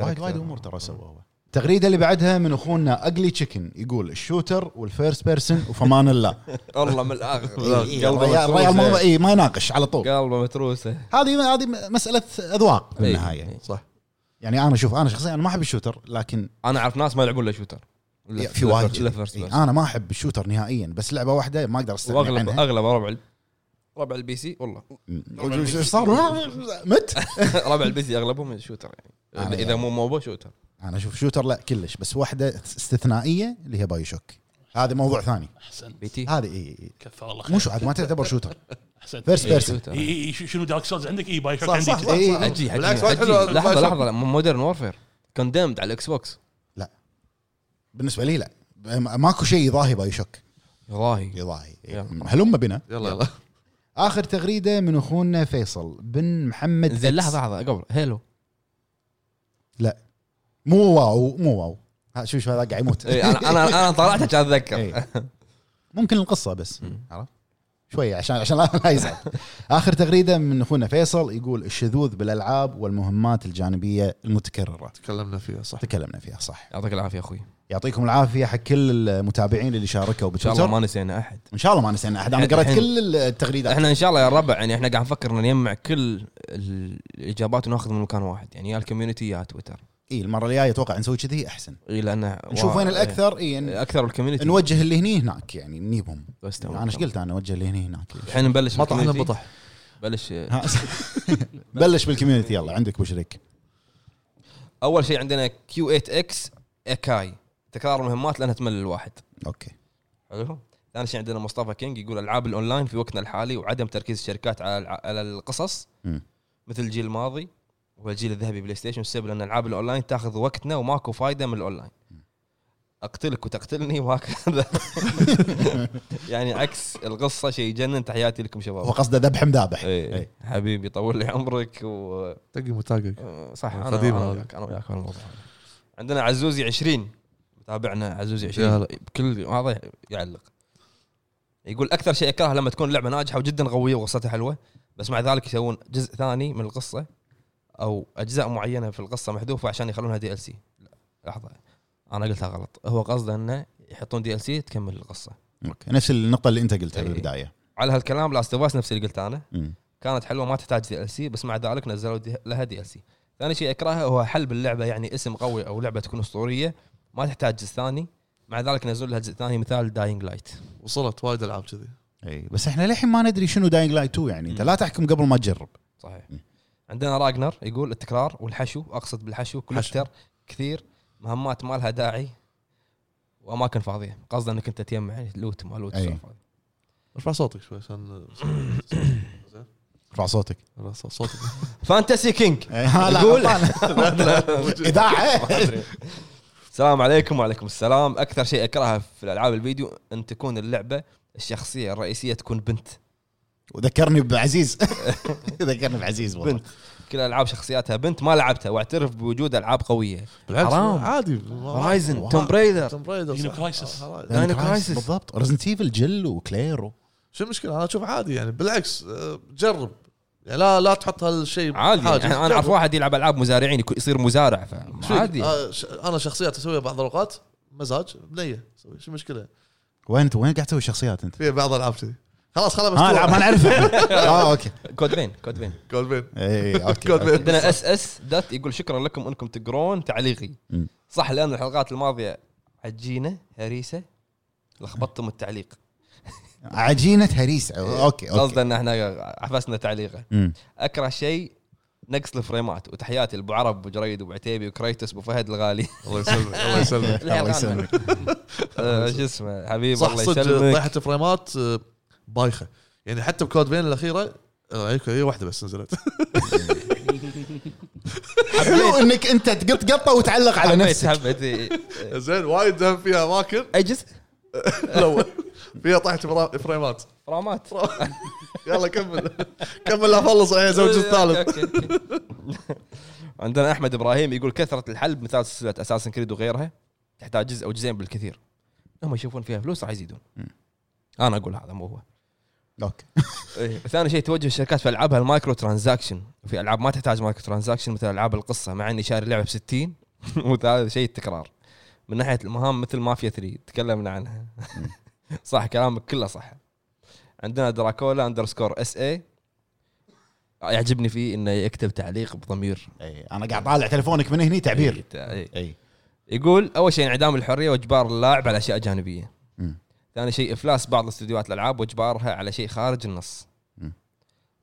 وايد
director.
وايد امور ترى سوى هو التغريده اللي بعدها من اخونا اجلي تشيكن يقول الشوتر والفيرست بيرسون وفمان الله
والله من الاخر
إي، الريال الريال ما- إي، ما يناقش على طول
قلبه متروسه إيه.
هذه هذه مساله اذواق بالنهايه
إي.
صح
يعني انا شوف انا شخصيا انا ما احب الشوتر لكن
انا اعرف ناس ما يلعبون الا شooter. الا
في وايد إيه، كذي.
الا فيرست
إي، انا ما احب الشوتر نهائيا بس لعبه واحده ما اقدر استغنى
واغلب
عنها
اغلب ربع ال- ربع البي سي والله
ايش صار مت
ربع البي سي اغلبهم شوتر
آه.
أنا
يعني اذا
يعني.
مو موبا شوتر
انا اشوف شوتر لا كلش بس واحده استثنائيه اللي هي بايو شوك هذا موضوع ثاني
احسن
بي تي
هذه إي- إي-
كفى الله
مو
خير
شو عاد ما تعتبر شوتر
احسن
إيه،
فيرست
إي،
بيرسون
إي، اي إي، شو- شنو دارك سولز عندك اي باي شوك
صح
عندي
صح, صح,
إي، إي.
صح,
عجي عجي
إيه. بالعكس وايد
عجي.
حلو
لحظه لحظه مودرن وورفير كوندمد على الاكس بوكس
بالنسبه لي لا ما- ماكو شيء يضاهي بايو شوك
يضاهي
يضاهي
يلا.
هلم بنا
يلا يلا
اخر تغريده من اخونا فيصل بن محمد
زين
إكس.
لحظه لحظه قبل هيلو
مو واو مو واو ها شوف شوف هذا قاعد يموت
إي، انا انا انا طلعت عشان
إيه.
اتذكر
إي. ممكن القصه بس عرفت شويه عشان عشان لا لا يزعل اخر تغريده من اخونا فيصل يقول الشذوذ بالالعاب والمهمات الجانبيه المتكرره
تكلمنا فيها صح
تكلمنا فيها صح
يعطيك العافيه اخوي ان
يعطيكم العافيه حق كل المتابعين اللي شاركوا
شاء الله
بتويتر
ما نسينا احد
ان شاء الله ما نسينا احد انا
الحين-
قريت
الحين.
كل التغريدات
احنا ان شاء الله يا الربع يعني احنا قاعد نفكر ان نجمع كل ال- الاجابات وناخذ من مكان واحد يعني يا الكوميونتي يا تويتر إيه،
اي المره الجايه اتوقع نسوي كذي احسن
اي لان
نشوف
وا-
وين الاكثر اي
إي،
ن-
اكثر الكوميونتي
نوجه اللي هني هناك يعني نجيبهم
بس إيه. تمام.
انا ايش قلت انا اوجه اللي هني هناك
الحين نبلش
بطح
بالكوميونتي.
بطح
بلش آه،
ها، بلش بالكوميونتي يلا عندك ابو شريك
اول شيء عندنا كيو 8 اكس اكاي تكرار المهمات لانها تمل الواحد
اوكي
حلو ثاني شيء عندنا مصطفى كينج يقول العاب الاونلاين في وقتنا الحالي وعدم تركيز الشركات على الع- على القصص
مم.
مثل الجيل الماضي والجيل الذهبي بلاي ستيشن السبب لان العاب الاونلاين تاخذ وقتنا وماكو فايده من الاونلاين اقتلك وتقتلني وهكذا يعني عكس القصه شيء يجنن تحياتي لكم
هو
شباب
قصده ذبح مذابح
اي
إي.
حبيبي طول لي عمرك و
تقي متاقق
آه، صح انا
قديم
انا
هذا.
وياك انا وياك هالموضوع هذا. عندنا عزوزي 20 تابعنا عزوزي
يا
20
هلا.
بكل هذا يعلق يقول اكثر شيء اكرهه لما تكون لعبه ناجحه وجدا قويه وقصتها حلوه بس مع ذلك يسوون جزء ثاني من القصه او اجزاء معينه في القصه محذوفه عشان يخلونها دي ال سي لحظه انا قلتها غلط هو قصده انه يحطون دي ال سي تكمل القصه
اوكي نفس النقطه اللي انت قلتها
إي.
بالبدايه
على هالكلام لاست اوف نفس اللي قلت انا
مم.
كانت حلوه ما تحتاج دي ال سي بس مع ذلك نزلوا دي لها دي ال سي ثاني شيء اكرهه هو حلب اللعبه يعني اسم قوي او لعبه تكون اسطوريه ما تحتاج جزء ثاني مع ذلك نزلوا لها جزء ثاني مثال داينج لايت
وصلت وايد العاب كذي
إيه.
اي بس احنا للحين ما ندري شنو داينج لايت 2 يعني انت لا تحكم قبل ما تجرب
صحيح
مم.
عندنا راجنر يقول التكرار والحشو اقصد بالحشو كولكتر كثير مهمات ما لها داعي واماكن فاضيه قصد انك انت تجمع لوت ما لوت
أي.
سوالف هذه.
ارفع صوتك شوي عشان
ارفع صوتك
ارفع صوتك
فانتسي كينج
يقول
يقول-
اذاعه
السلام عليكم وعليكم السلام اكثر شيء اكرهه في الالعاب الفيديو ان تكون اللعبه الشخصيه الرئيسيه تكون بنت
وذكرني بعزيز ذكرني بعزيز والله
بنت كل العاب شخصياتها بنت ما لعبتها واعترف بوجود العاب قويه
بالعكس
حرام.
عادي
هورايزن
واو.
توم بريدر
توم برايدر
دينو
صح. آه،
كرايسس.
هورايزن.
داينو
Dino Crisis.
Crisis.
بالضبط ريزنت ايفل جل وكليرو
شو المشكله انا اشوف عادي يعني بالعكس آه، جرب يعني لا لا تحط هالشيء
عادي
حاجة.
يعني انا اعرف
جرب.
واحد يلعب العاب مزارعين يكون- يصير مزارع
شوف،
عادي
آه، ش- انا شخصيات اسويها بعض الاوقات مزاج بنيه اسوي شو المشكله
وين انت وين قاعد تسوي شخصيات انت؟
في بعض الالعاب كذي خلاص خلاص
ها العاب ما نعرفها اه اوكي
كود بين كود بين
جول بين
اي اوكي
كود
إيه، أوكي.
بين.
عندنا اس اس دات يقول شكرا لكم انكم تقرون تعليقي
مم.
صح لان الحلقات الماضيه عجينه هريسه لخبطتم التعليق
عجينه هريسه اوكي
قصد
اوكي
ان احنا عفسنا تعليقه
مم.
اكره شيء نقص الفريمات وتحياتي لابو عرب ابو جريد ابو عتيبي وكريتوس ابو فهد الغالي
الله يسلمك الله يسلمك
الله يسلمك
آه، شو اسمه حبيب
صح
الله
صدق
يسلمك
طيحه فريمات آه، بايخه يعني حتى بكود بين الاخيره آه، هيك- هي واحده بس نزلت
حلو انك انت تقط قطه وتعلق على
حبيت
نفسك
حبيت إي.
زين وايد هم فيها اماكن
اي جزء
الاول فيها طيحه فرا- فريمات
فرامات
يلا كمل كمل لا اخلص عليه زوج الثالث
إيه، أوكي، أوكي، أوكي. عندنا احمد ابراهيم يقول كثره الحلب مثال سلسله اساسن كريد وغيرها تحتاج جزء او جزئين بالكثير هم يشوفون فيها فلوس راح يزيدون انا اقول هذا مو هو
اوكي
إيه. ثاني شيء توجه الشركات في العابها المايكرو ترانزاكشن وفي العاب ما تحتاج مايكرو ترانزاكشن مثل العاب القصه مع اني شاري لعبه ب 60 وثالث شيء التكرار من ناحيه المهام مثل مافيا 3 تكلمنا عنها صح كلامك كله صح عندنا دراكولا اندرسكور اس اي يعجبني فيه انه يكتب تعليق بضمير إيه،
اي انا إيه، قاعد طالع تلفونك من هني تعبير
إي، إي.
اي
يقول اول شيء انعدام الحريه واجبار اللاعب على اشياء جانبيه
مم.
ثاني شيء افلاس بعض استديوهات الالعاب واجبارها على شيء خارج النص
مم.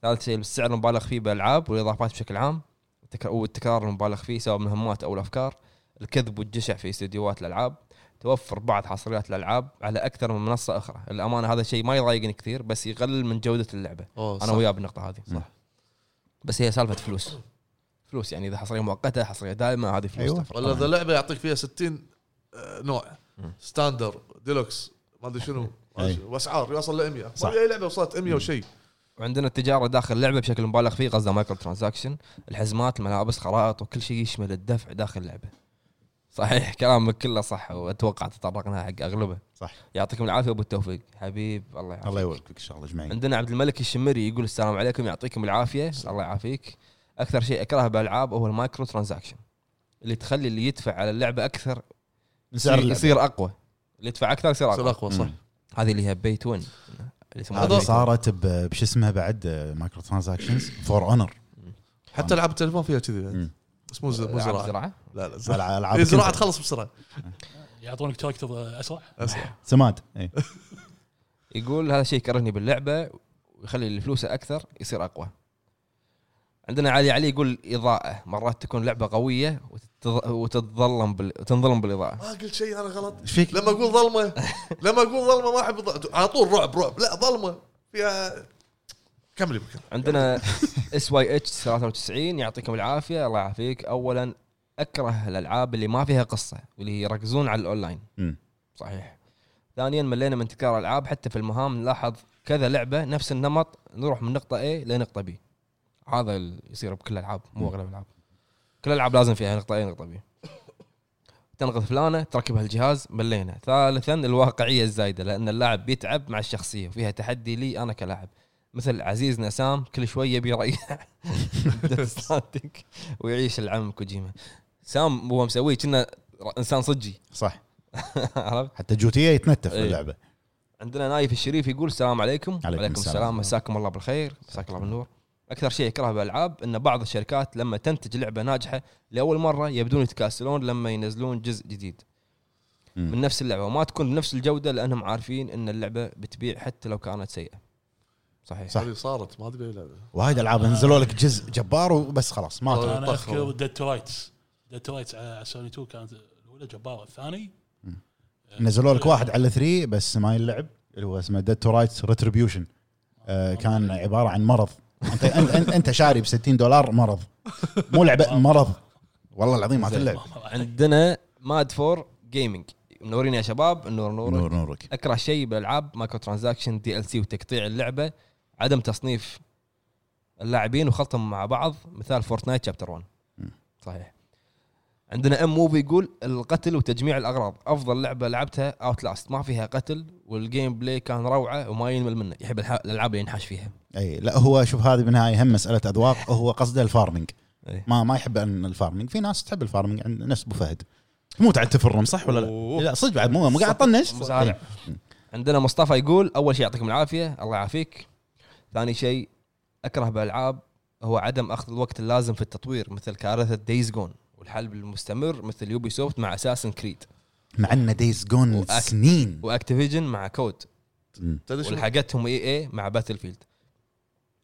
ثالث شيء السعر المبالغ فيه بالالعاب والاضافات بشكل عام التك- والتكرار المبالغ فيه سواء مهمات او الافكار الكذب والجشع في استديوهات الالعاب توفر بعض حصريات الالعاب على اكثر من منصه اخرى الامانه هذا الشيء ما يضايقني كثير بس يقلل من جوده اللعبه
أوه،
انا
صح.
وياه بالنقطه هذه
صح.
بس هي سالفه فلوس فلوس يعني اذا حصريه مؤقته حصريه دائمه هذه فلوس
أيوة.
تفرق.
ولا اذا لعبه يعطيك فيها 60 آه، نوع
مم.
ستاندر ديلوكس ما ادري شنو
أي.
واسعار يوصل ل 100
صح.
صح اي لعبه وصلت 100 وشيء
وعندنا التجاره داخل اللعبه بشكل مبالغ فيه قصده مايكرو ترانزاكشن الحزمات الملابس خرائط وكل شيء يشمل الدفع داخل اللعبه صحيح كلامك كله صح واتوقع تطرقنا حق اغلبه
صح.
يعطيكم العافيه وابو التوفيق حبيب الله يعافيك
الله يوفقك ان شاء الله اجمعين
عندنا عبد الملك الشمري يقول السلام عليكم يعطيكم العافيه الله يعافيك اكثر شيء اكرهه بالالعاب هو المايكرو ترانزاكشن اللي تخلي اللي يدفع على اللعبه اكثر
من سعر اللعبة.
يصير اقوى اللي يدفع اكثر يصير
يصير
اقوى
اقوى صح
مم.
هذه اللي هي بيت وين اللي يسمونها
هذه
بيت وين.
صارت ب- بش اسمها بعد مايكرو ترانزاكشنز فور اونر
حتى العاب التليفون فيها كذي بعد.
مم.
بس مو ز- مو
ألعاب
زراعه
زراعه
لا لا زراعه
العاب
هي زراعه
كلها.
تخلص بسرعه
يعطونك تراكتر آه، اسرع
أسرع.
سماد اي
يقول هذا الشيء يكرهني باللعبه ويخلي اللي فلوسه اكثر يصير اقوى عندنا علي علي يقول اضاءه مرات تكون لعبه قويه وتتظ- وتتظلم بال... وتنظلم بالاضاءه
ما قلت شيء انا غلط
ايش فيك؟
لما اقول ظلمه لما اقول ظلمه ما احب الظ- على طول رعب رعب لا ظلمه فيها كملي بكم
عندنا اس واي اتش 93 يعطيكم العافيه الله يعافيك اولا اكره الالعاب اللي ما فيها قصه واللي يركزون على الاونلاين
مم.
صحيح ثانيا ملينا من تكرار الالعاب حتى في المهام نلاحظ كذا لعبه نفس النمط نروح من نقطه A لنقطه B هذا اللي يصير بكل الالعاب مو اغلب الالعاب كل الالعاب لازم فيها نقطه A نقطه B تنقذ فلانه تركبها الجهاز ملينا ثالثا الواقعيه الزايده لان اللاعب بيتعب مع الشخصيه وفيها تحدي لي انا كلاعب مثل عزيز نسام كل شويه بيريح Death Stranding ويعيش العم كوجيما سام هو مسويه كنا انسان صجي
صح
عرفت
حتى جوتيه يتنتف
إي.
باللعبه
عندنا نايف الشريف يقول السلام عليكم
عليكم السلام.
السلام مساكم الله بالخير مساك الله بالنور اكثر شيء اكرهه بالالعاب ان بعض الشركات لما تنتج لعبه ناجحه لاول مره يبدون يتكاسلون لما ينزلون جزء جديد
مم.
من نفس اللعبه وما تكون بنفس الجوده لانهم عارفين ان اللعبه بتبيع حتى لو كانت سيئه صحيح
صح.
هذه صارت ما ادري أي لعبه
وايد العاب نزلوا لك جزء جبار وبس خلاص ماتوا
طيب،
انا
طخرة.
اذكر ديد تو رايتس ديد تو رايتس على سوني 2 كانت الاولى جباره الثاني
نزلوا لك واحد على 3 بس ما يلعب اللي هو اسمه ديد تو رايتس ريتريبيوشن آه، كان عباره عن مرض انت انت, انت, انت شاري ب 60 دولار مرض مو لعبه مرض والله العظيم ما تلعب
عندنا ماد فور جيمنج منورين يا شباب النور نورك
نور نورك
اكره شيء بالالعاب مايكرو ترانزاكشن دي ال سي وتقطيع اللعبه عدم تصنيف اللاعبين وخلطهم مع بعض مثال فورتنايت شابتر 1
مم.
صحيح عندنا ام موفي يقول القتل وتجميع الاغراض افضل لعبه لعبتها اوت لاست ما فيها قتل والجيم بلاي كان روعه وما ينمل منه يحب الح- الالعاب اللي ينحش فيها
اي لا هو شوف هذه بالنهايه هم مساله اذواق هو قصده الفارمنج
إي.
ما ما يحب ان الفارمنج في ناس تحب الفارمنج عند نفس ابو فهد مو تعال في الرم صح ولا لا؟
أوه.
لا صدق بعد مو مو قاعد اطنش
مزارع. طيب. عندنا مصطفى يقول اول شيء يعطيكم العافيه الله يعافيك ثاني شيء اكره بالالعاب هو عدم اخذ الوقت اللازم في التطوير مثل كارثه دايز جون والحل المستمر مثل يوبي سوفت مع اساسن كريد
مع انه دايز جون
وأك-
سنين
واكتيفيجن مع كود
تدري شنو؟
ولحقتهم اي اي إيه مع باتل فيلد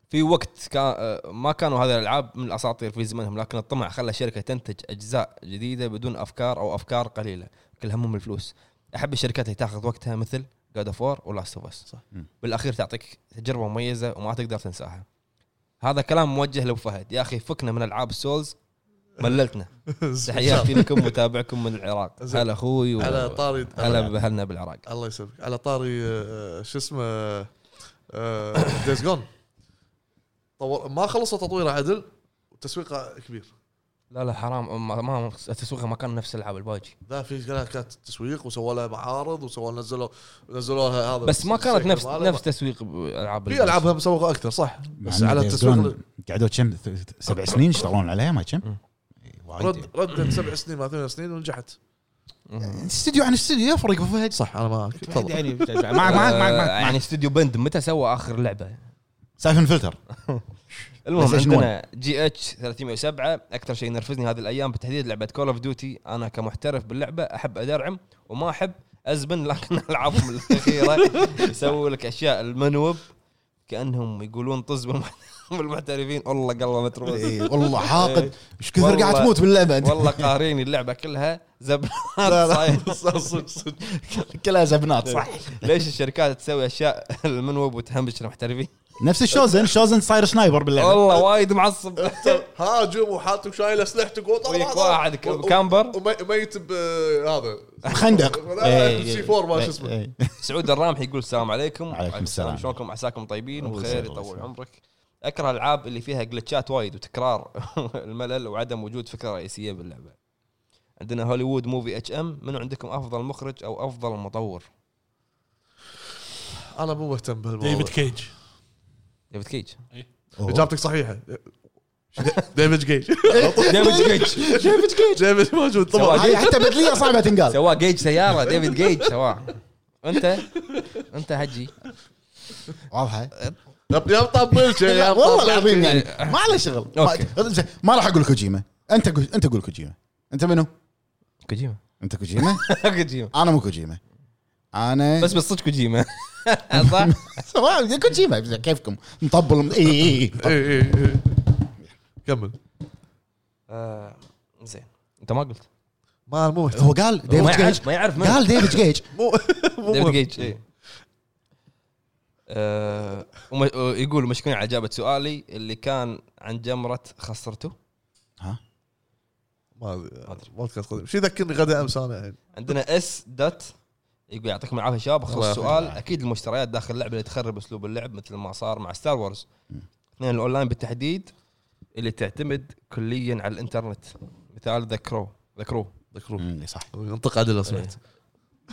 في وقت كان آه، ما كانوا هذه الالعاب من الاساطير في زمنهم لكن الطمع خلى الشركه تنتج اجزاء جديده بدون افكار او افكار قليله كل همهم الفلوس احب الشركات اللي تاخذ وقتها مثل جاد اوف وور ولاست اوف اس
صح.
مم.
بالاخير تعطيك تجربه مميزه وما تقدر تنساها هذا كلام موجه لابو فهد يا اخي فكنا من العاب السولز مللتنا تحياتي لكم متابعكم من العراق
زين.
هلا اخوي و-
على طاري
هلا باهلنا بالعراق
الله يسلمك على طاري آه، شو اسمه آه، دايز جون طور ما خلصوا تطويره عدل وتسويقه كبير
لا لا حرام ما, ما تسويقها ما كان نفس العاب الباجي
لا في كانت تسويق وسووا لها معارض وسووا نزلوا نزلوها هذا
بس ما كانت
الشكل
نفس
ماله.
نفس تسويق العاب
في العابها مسوقه اكثر صح بس
يعني
على التسويق
التسويق قعدوا كم ث- ث- سبع سنين يشتغلون عليها ما كم؟
مم.
إي،
رد
وايد
ردت سبع سنين ما ثمان سنين ونجحت
مم.
استديو عن استديو يفرق ابو فهد
صح انا ما تفضل
يعني معك معك معك
آه،
معك
يعني استوديو بند متى سوى اخر لعبه؟
سايفن فلتر
المهم
PlayStation
عندنا جي اتش 307 اكثر شيء ينرفزني هذه الايام بالتحديد لعبه كول اوف ديوتي انا كمحترف باللعبه احب ادرعم وما احب ازبن لكن العابهم الاخيره يسووا لك اشياء المنوب كانهم يقولون طز بالمح- بالمحترفين والله قلبه متروس
إي، والله حاقد ايش كثر
والله-
قاعد تموت باللعبه أنت؟
والله قارين اللعبه كلها زبنات
لا.
صاير
صدق صدق
كلها زبنات صح
ليش الشركات تسوي اشياء المنوب وتهمش المحترفين
نفس الشوزن شوزن صاير سنايبر باللعبه
والله وايد معصب
هاجم وحاطك شايل اسلحتك وطلع-
ويك طيب. واحد
و- و-
كامبر إيه،
ومي- ميت بهذا
خندق
سي 4 ما شو اسمه
إي.
سعود الرامحي يقول السلام عليكم
وعليكم السلام.
شلونكم عساكم طيبين
الله
وبخير
يسلمك.
يطول عمرك اكره الالعاب اللي فيها جلتشات وايد وتكرار الملل وعدم وجود فكره رئيسيه باللعبه عندنا هوليوود موفي اتش ام منو عندكم افضل مخرج او افضل مطور
انا مو مهتم بهالموضوع
ديفيد كيج
ديفيد كيج
أوه.
اجابتك صحيحه ديفيد جيج
ديفيد كيج
ديفيد جيج ديفيد موجود طبعا
سواء
هاي حتى بدليه صعبه تنقال
سواء جيج سياره ديفيد جيج سواء انت انت حجي إيه،
واضحه
يا مطبلش يا
لا، والله
مطبلش
العظيم يعني ما له شغل ما- زين، ما راح اقول كوجيما انت قول- انت قول كوجيما انت منو؟
كوجيما
انت كوجيما؟
كوجيما
انا مو كوجيما انا
بس بالصدق كوجيما صح
سواء كوجيما كيفكم مطبل اي اي اي
إي، إي، إي. إيه، كمل
آه، زين انت ما قلت
ما مو مهتم
هو قال
ما
ديفيد جيج
يعرف ما يعرف من
قال ديفيد جيج
مو مو
ديفيد
مهم.
جيج إيه. آه، وم- يقول مشكورين على اجابه سؤالي اللي كان عن جمره خسرته
ما ادري بودكاست قديم شو يذكرني غدا امس انا الحين
عندنا اس دات يقول يعطيكم العافيه شباب اخلص
الله
السؤال اكيد المشتريات داخل اللعبه اللي تخرب اسلوب اللعب مثل ما صار مع ستار وورز اثنين الاونلاين بالتحديد اللي تعتمد كليا على الانترنت مثال ذا كرو ذا كرو
ذكروه
أمم، صح
انطق عدل لو سمحت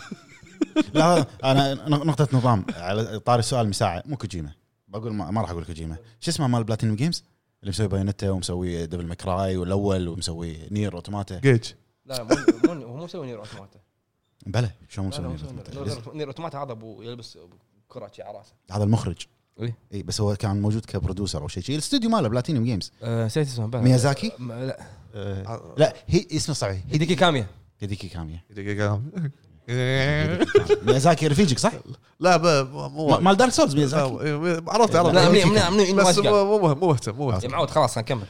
إيه.
لا انا ن- نقطه نظام على طاري سؤال مساعة مو كوجيما بقول ما, ما راح اقول كوجيما شو اسمه مال بلاتينيوم جيمز اللي مسوي بايونيتا ومسوي دبل ماكراي والاول ومسوي نير اوتوماتا
جيج
لا مو مو هو مو مسوي نير اوتوماتا
بلى شو مو
لا، لا،
مسوي نير
مو مسوي نير
أوتوماتا؟
أوتوماتا. نير اوتوماتا هذا ابو يلبس كره شي على راسه
هذا المخرج
إيه.
اي بس هو كان موجود كبرودوسر او شيء شيء الاستوديو ماله بلاتينيوم جيمز
نسيت اسمه
ميازاكي؟
لا
آه، لا هي اسمه صحيح
هيديكي كاميا
هيديكي كامية
دقيقة كم.
ميازاكي رفيجك صح؟
لا ب- مو
م- مال دارك سولز ميازاكي
عرفت عرفت
لا منين منين منين
بس
واش قال؟
مو مو مهم مو مهتم مو
يا
مهتم
معود خلاص نكمل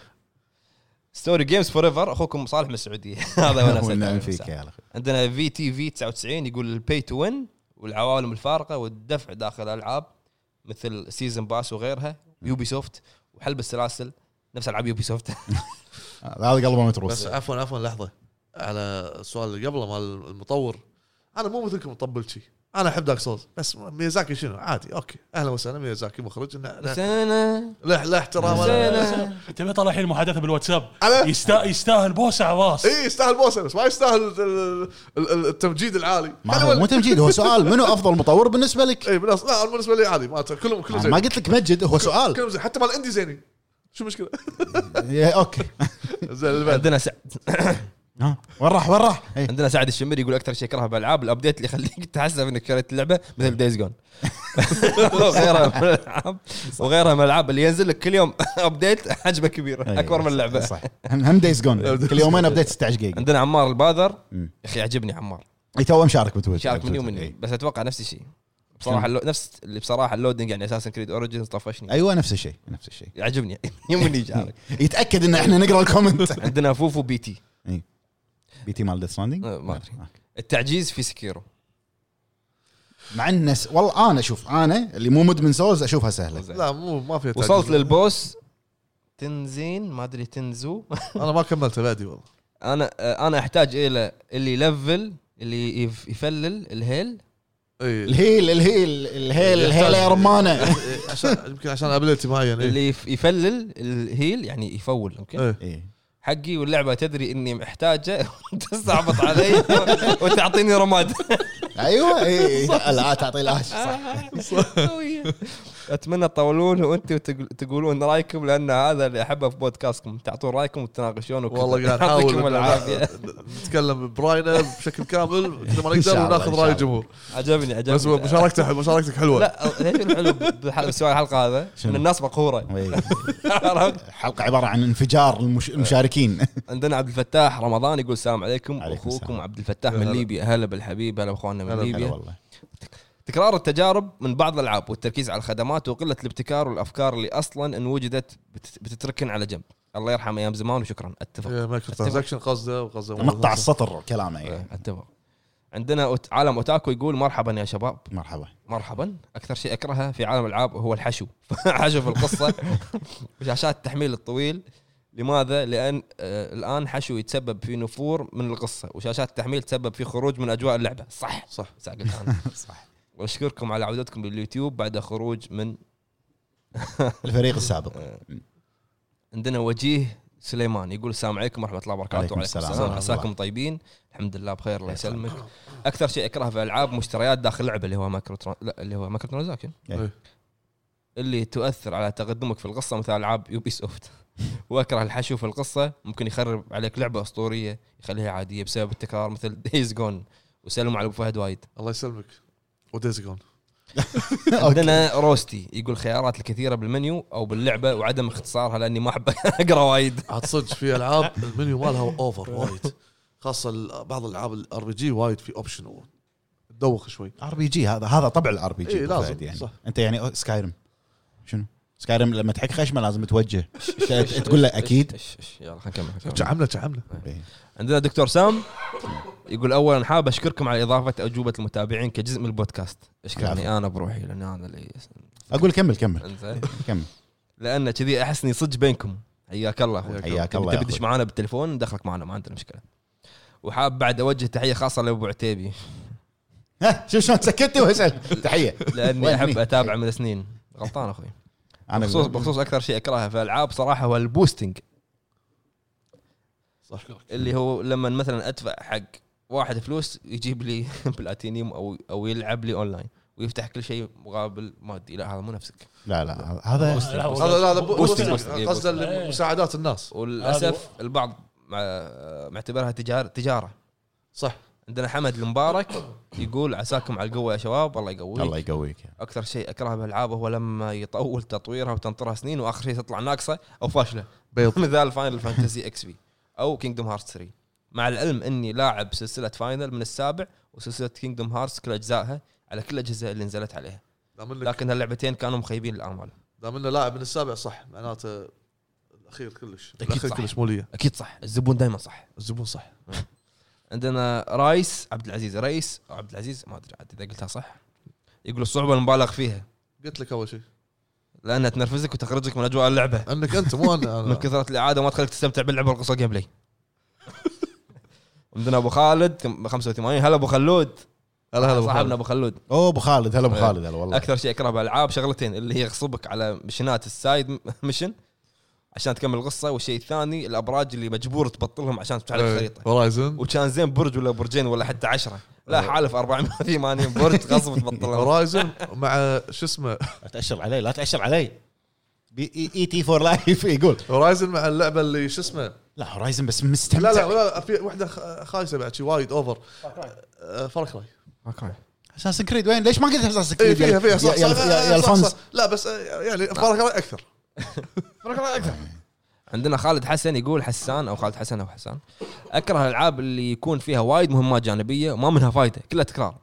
ستوري جيمز فور ايفر اخوكم صالح من السعوديه هذا وانا
ونعم
أسأل.
نعم، فيك يا أخي.
عندنا في تي في 99 يقول البي تو وين والعوالم الفارقه والدفع داخل الالعاب مثل سيزن باس وغيرها يوبي سوفت وحلب السلاسل نفس العاب يوبي سوفت
هذا قلبه متروس
بس عفوا عفوا لحظة على السؤال اللي قبله مال المطور انا مو مثلكم مطبل شي انا احب دارك سولز بس ميازاكي شنو عادي اوكي اهلا وسهلا ميازاكي مخرج لا-
بس
لا-
انا
لا لا احترام
زين.
تبي طلع الحين محادثه بالواتساب
على-
يستا- يستاهل بوسه عباس
إيه.
اي إيه، يستاهل بوسه بس ما يستاهل ال- ال- ال- التمجيد العالي
ما هو مو تمجيد هو سؤال منو افضل مطور بالنسبه لك؟
اي بالنص لا أنا بالنسبه لي عادي ما أت- كلهم كلهم
أنا ما
زين
قلت لك مجد هو سؤال
كلهم زين حتى مال اندي زينين شو المشكله؟
يا اوكي
زين اللي بعد.
عندنا سعد
ها وين راح وين راح؟ إيه.
عندنا سعد الشمري يقول اكثر شيء اكرهه بالالعاب الابديت اللي يخليك تحسب انك شريت اللعبه مثل دايز جون وغيرها من الالعاب وغيرها من الالعاب اللي ينزل لك كل يوم ابديت حجمه كبير اكبر من اللعبه
أيوة، صح هم هم دايز جون كل يومين ابديت 16 جيجا
عندنا عمار الباذر
مم.
يا اخي يعجبني عمار
اي إيه، تو مشارك بتويتر
شارك مني ومني بس اتوقع نفس الشيء بصراحه اللو... نفس اللي بصراحه اللودنج يعني اساسا كريد اوريجنز طفشني
ايوه نفس الشيء نفس الشيء
يعجبني يومني يشارك
يتاكد ان احنا نقرا الكومنت
عندنا فوفو بي تي
بي تي مال ديث ستراندنج
آه، ما أدري. التعجيز في سكيرو
مع الناس والله انا اشوف انا اللي مو مدمن سولز اشوفها سهله
زين.
لا مو ما في
وصلت للبوس تنزين ما ادري تنزو
انا ما كملت بادي والله
انا آه، انا احتاج الى اللي يلفل اللي يف- يفلل الهيل
إيه.
اي
الهيل الهيل الهيل الهيل يا رمانه
إيه، عشان يمكن عشان ابيلتي معين إيه. إي.
اللي يف- يفلل الهيل يعني يفول اوكي
إي.
إيه.
حقي واللعبه تدري اني محتاجه تستعبط علي وتعطيني رماد
ايوه إي، إي، لا تعطي العاش صح
اتمنى تطولون وانتم وتقول- تقولون رايكم لان هذا اللي احبه في بودكاستكم تعطون رايكم وتناقشون وكذا.
والله قاعد
يعطيكم
نحاول
العافيه
نتكلم براينا بشكل كامل قد ما
إن
نقدر
شاء الله، إن
وناخذ
شاء
راي
الله.
الجمهور
عجبني عجبني
بس مشاركتك مشاركتك حلوه
لا ليش الحلو بالح- بسوي الحلقه هذا ان
شنو؟
الناس مقهوره
إي.
عرفت؟
حلقه عباره إيه. عن انفجار المش- المشاركين
عندنا عبد الفتاح رمضان يقول السلام عليكم
عليكم
اخوكم
السلام.
عبد الفتاح
هلا.
من ليبيا هلا بالحبيب هلا باخواننا من
هلا
هلا
ليبيا
والله
تكرار التجارب من بعض الالعاب والتركيز على الخدمات وقله الابتكار والافكار اللي اصلا ان وجدت بت- بتتركن على جنب الله يرحمه ايام زمان وشكرا اتفق
مايكرو ترانزكشن قصده وقصده
مقطع السطر كلامه يعني
إيه، اتفق عندنا أوت- عالم اوتاكو يقول مرحبا يا شباب
مرحبا
مرحبا اكثر شيء اكرهه في عالم الالعاب هو الحشو حشو في القصه وشاشات التحميل الطويل لماذا؟ لان آه الان حشو يتسبب في نفور من القصه وشاشات التحميل تسبب في خروج من اجواء اللعبه صح
صح.
ساقط انا
صح
واشكركم على عودتكم لليوتيوب بعد خروج من
الفريق السابق
إيه. عندنا وجيه سليمان يقول السلام عليكم ورحمه الله وبركاته
عليكم
وعليكم
السلام
السلام
ورحمة
عساكم
الله.
طيبين الحمد لله بخير الله
الله
يسلمك اكثر شيء اكرهه في الالعاب مشتريات داخل لعبه اللي هو مايكرو تران- لا اللي هو مايكرو ترانزاكشن
إيه.
اللي تؤثر على تقدمك في القصه مثل العاب يوبي سوفت واكره الحشو في القصه ممكن يخرب عليك لعبه اسطوريه يخليها عاديه بسبب التكرار مثل دايز جون وسلم على ابو فهد وايد
الله يسلمك وديز جون
عندنا روستي يقول خيارات الكثيره بالمنيو او باللعبه وعدم اختصارها لاني ما احب اقرا وايد
عاد صدق في العاب المنيو مالها اوفر وايد خاصه ال- بعض الالعاب الار بي جي وايد في اوبشن تدوخ شوي
ار بي جي هذا هذا طبع الار بي جي
إيه، لازم،
يعني
صح.
انت يعني سكايرم شنو سكايرم لما تحك خشمه لازم توجه تقول له اكيد
إيش- إيش- يلا خلينا نكمل خلينا نكمل.
جعمنا جعمنا
إيه.
عندنا دكتور سام يقول اولا حاب اشكركم على اضافه اجوبه المتابعين كجزء من البودكاست اشكرني انا بروحي لان انا اللي
اقول كمل كمل
انزين
كمل
لان كذي احس اني صدق بينكم حياك الله أخوي.
حياك الله
تبي
يا
تدش
أخوي.
معانا بالتليفون ندخلك معانا ما عندنا مشكله وحاب بعد اوجه تحيه خاصه لابو عتيبي
ها، شوف شلون سكتني واسال تحيه
لاني
وين
احب
هني؟
اتابعه من سنين غلطان اخوي
انا
بخصوص بخصوص اكثر شيء اكرهه في الالعاب صراحه هو البوستنج
صح
اللي هو لما مثلا ادفع حق واحد فلوس يجيب لي بلاتينيوم او او يلعب لي اونلاين ويفتح كل شيء مقابل مادي لا هذا مو نفسك
لا لا هذا
هذا لا لا
بوستنج،
بوستنج
بوستنج.
قصده مساعدات الناس
وللاسف البعض مع- معتبرها تجاره تجاره
صح
عندنا حمد المبارك يقول عساكم على القوه يا شباب الله يقويك
الله يقويك
اكثر شيء اكرهه بالالعاب هو لما يطول تطويرها وتنطرها سنين واخر شيء تطلع ناقصه او فاشله
بيض
مثال فاينل فانتسي اكس بي او كينجدوم هارت 3 مع العلم اني لاعب سلسله فاينل من السابع وسلسله كينجدوم هارتس كل اجزائها على كل الاجهزه اللي نزلت عليها
دام انك
لكن هاللعبتين كانوا مخيبين الامال
دام انه لاعب من السابع صح معناته الاخير كلش
أكيد
الاخير
صح.
كلش مو ليا
اكيد صح الزبون دائما صح
الزبون صح
عندنا رايس عبد العزيز رئيس او عبد العزيز ما ادري عاد اذا قلتها صح يقول الصعوبه المبالغ فيها
قلت لك اول شيء
لانها تنرفزك وتخرجك من اجواء اللعبه
انك انت مو انا
من
أنا.
كثره الاعاده ما تخليك تستمتع باللعبه والقصه جيم بلاي عندنا ابو خالد كم- 85 هلا ابو خلود
هلا هلا أبو خالد.
صاحبنا ابو خلود
اوه ابو خالد هلا ابو
إيه.
خالد هلا والله
اكثر شيء اكره بالالعاب شغلتين اللي هي يغصبك على مشنات السايد م- مشن عشان تكمل القصه والشيء الثاني الابراج اللي مجبور تبطلهم عشان تفتح لك
إيه.
الخريطه
هورايزن
وكان زين برج ولا برجين ولا حتى عشرة لا
إيه.
حالف 480 برج غصب تبطلهم
هورايزن مع شو اسمه
لا تاشر علي لا تاشر علي بي اي, إي تي فور لايف يقول
هورايزن مع اللعبه اللي شو اسمه
لا هورايزن بس
لا
مستمتع
لا لا في واحده خ- خايسه بعد شي وايد اوفر فرق راي
اساسن كريد وين ليش ما قلت اساسن
اي
كريد
إيه، فيها فيها صح
يا, يا,
صح-
يا, يا
صح- صح-
الفونز
لا بس آه، يعني فرق راي اكثر
عندنا خالد حسن يقول حسان او خالد حسن او حسان اكره الالعاب اللي يكون فيها وايد مهمات جانبيه وما منها فايده كلها تكرار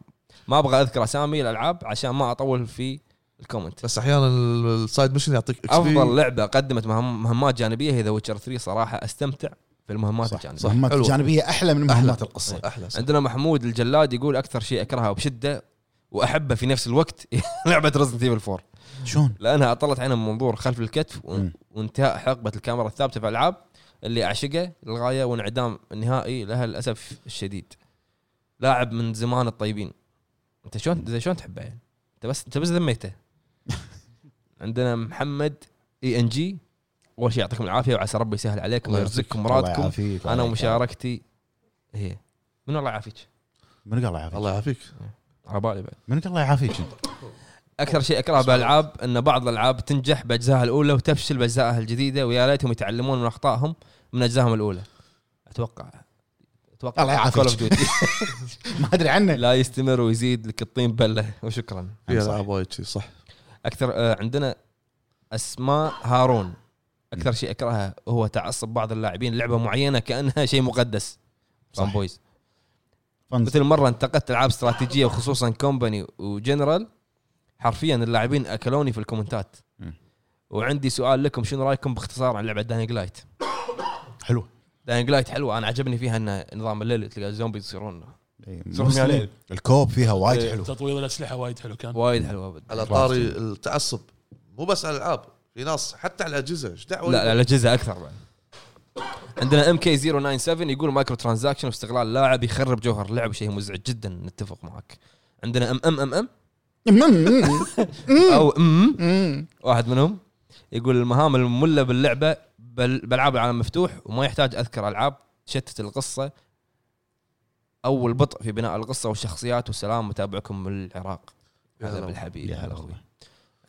ما ابغى اذكر اسامي الالعاب عشان ما اطول في الكومنت
بس احيانا ال- السايد ميشن يعطيك XP.
افضل لعبه قدمت مهام مهمات جانبيه هي ذا ويتشر 3 صراحه استمتع في المهمات الجانبيه
صح مهمات
حلوة.
الجانبيه احلى من مهمات القصه
احلى صح.
عندنا محمود الجلاد يقول اكثر شيء اكرهه بشده واحبه في نفس الوقت لعبه رزنت ايفل 4
شلون
لانها اطلت عينها من منظور خلف الكتف وان-
مم.
وانتهاء حقبه الكاميرا الثابته في الالعاب اللي اعشقه للغايه وانعدام النهائي لها للاسف الشديد لاعب من زمان الطيبين انت شلون زي شلون تحبه يعني انت بس انت بس ذميته عندنا محمد E اي ان جي اول شيء يعطيكم العافيه وعسى ربي يسهل عليكم
الله يعافيك.
ويرزقكم
الله
مرادكم
يعافيك.
انا ومشاركتي هي من الله يعافيك
من قال الله يعافيك
الله يعافيك
على بالي بعد
منك الله يعافيك انت
اكثر شيء اكرهه بالالعاب ان بعض الالعاب تنجح باجزائها الاولى وتفشل باجزائها الجديده ويا ريتهم يتعلمون من اخطائهم من اجزائهم الاولى اتوقع اتوقع
الله يعافيك.
Call of Duty.
ما ادري عنه
لا يستمر ويزيد لك الطين بله وشكرا
في العاب وايد شي، صح
اكثر آه، عندنا اسماء هارون اكثر شيء اكرهها هو تعصب بعض اللاعبين لعبه معينه كانها شيء مقدس
صح.
فانبويز
فن-
مثل مره انتقدت العاب استراتيجيه وخصوصا كومباني وجنرال حرفيا اللاعبين اكلوني في الكومنتات
مم.
وعندي سؤال لكم شنو رايكم باختصار عن لعبه داينج لايت؟
حلو
داينج لايت حلوه انا عجبني فيها انه نظام الليل تلقى الزومبي يصيرون
إي،
صرنا
مسلم.
عليه.
الكوب فيها
إيه.
وايد
إي.
حلو
تطوير الاسلحه وايد حلو كان
وايد حلوه
على طاري التعصب مو بس على الالعاب في ناس حتى على الاجهزه ايش دعوه
لا لا الاجهزه اكثر بعد عندنا ام كي 097 يقول مايكرو ترانزاكشن واستغلال اللاعب يخرب جوهر اللعب شيء مزعج جدا نتفق معك عندنا ام ام ام ام او ام واحد منهم يقول المهام المملة باللعبة بل بالعاب العالم مفتوح وما يحتاج اذكر العاب تشتت القصة او البطء في بناء القصة والشخصيات والسلام متابعكم من العراق
يا
هلا
هلا.
بالحبيب
يا
هلا
هلا
اخوي
والله.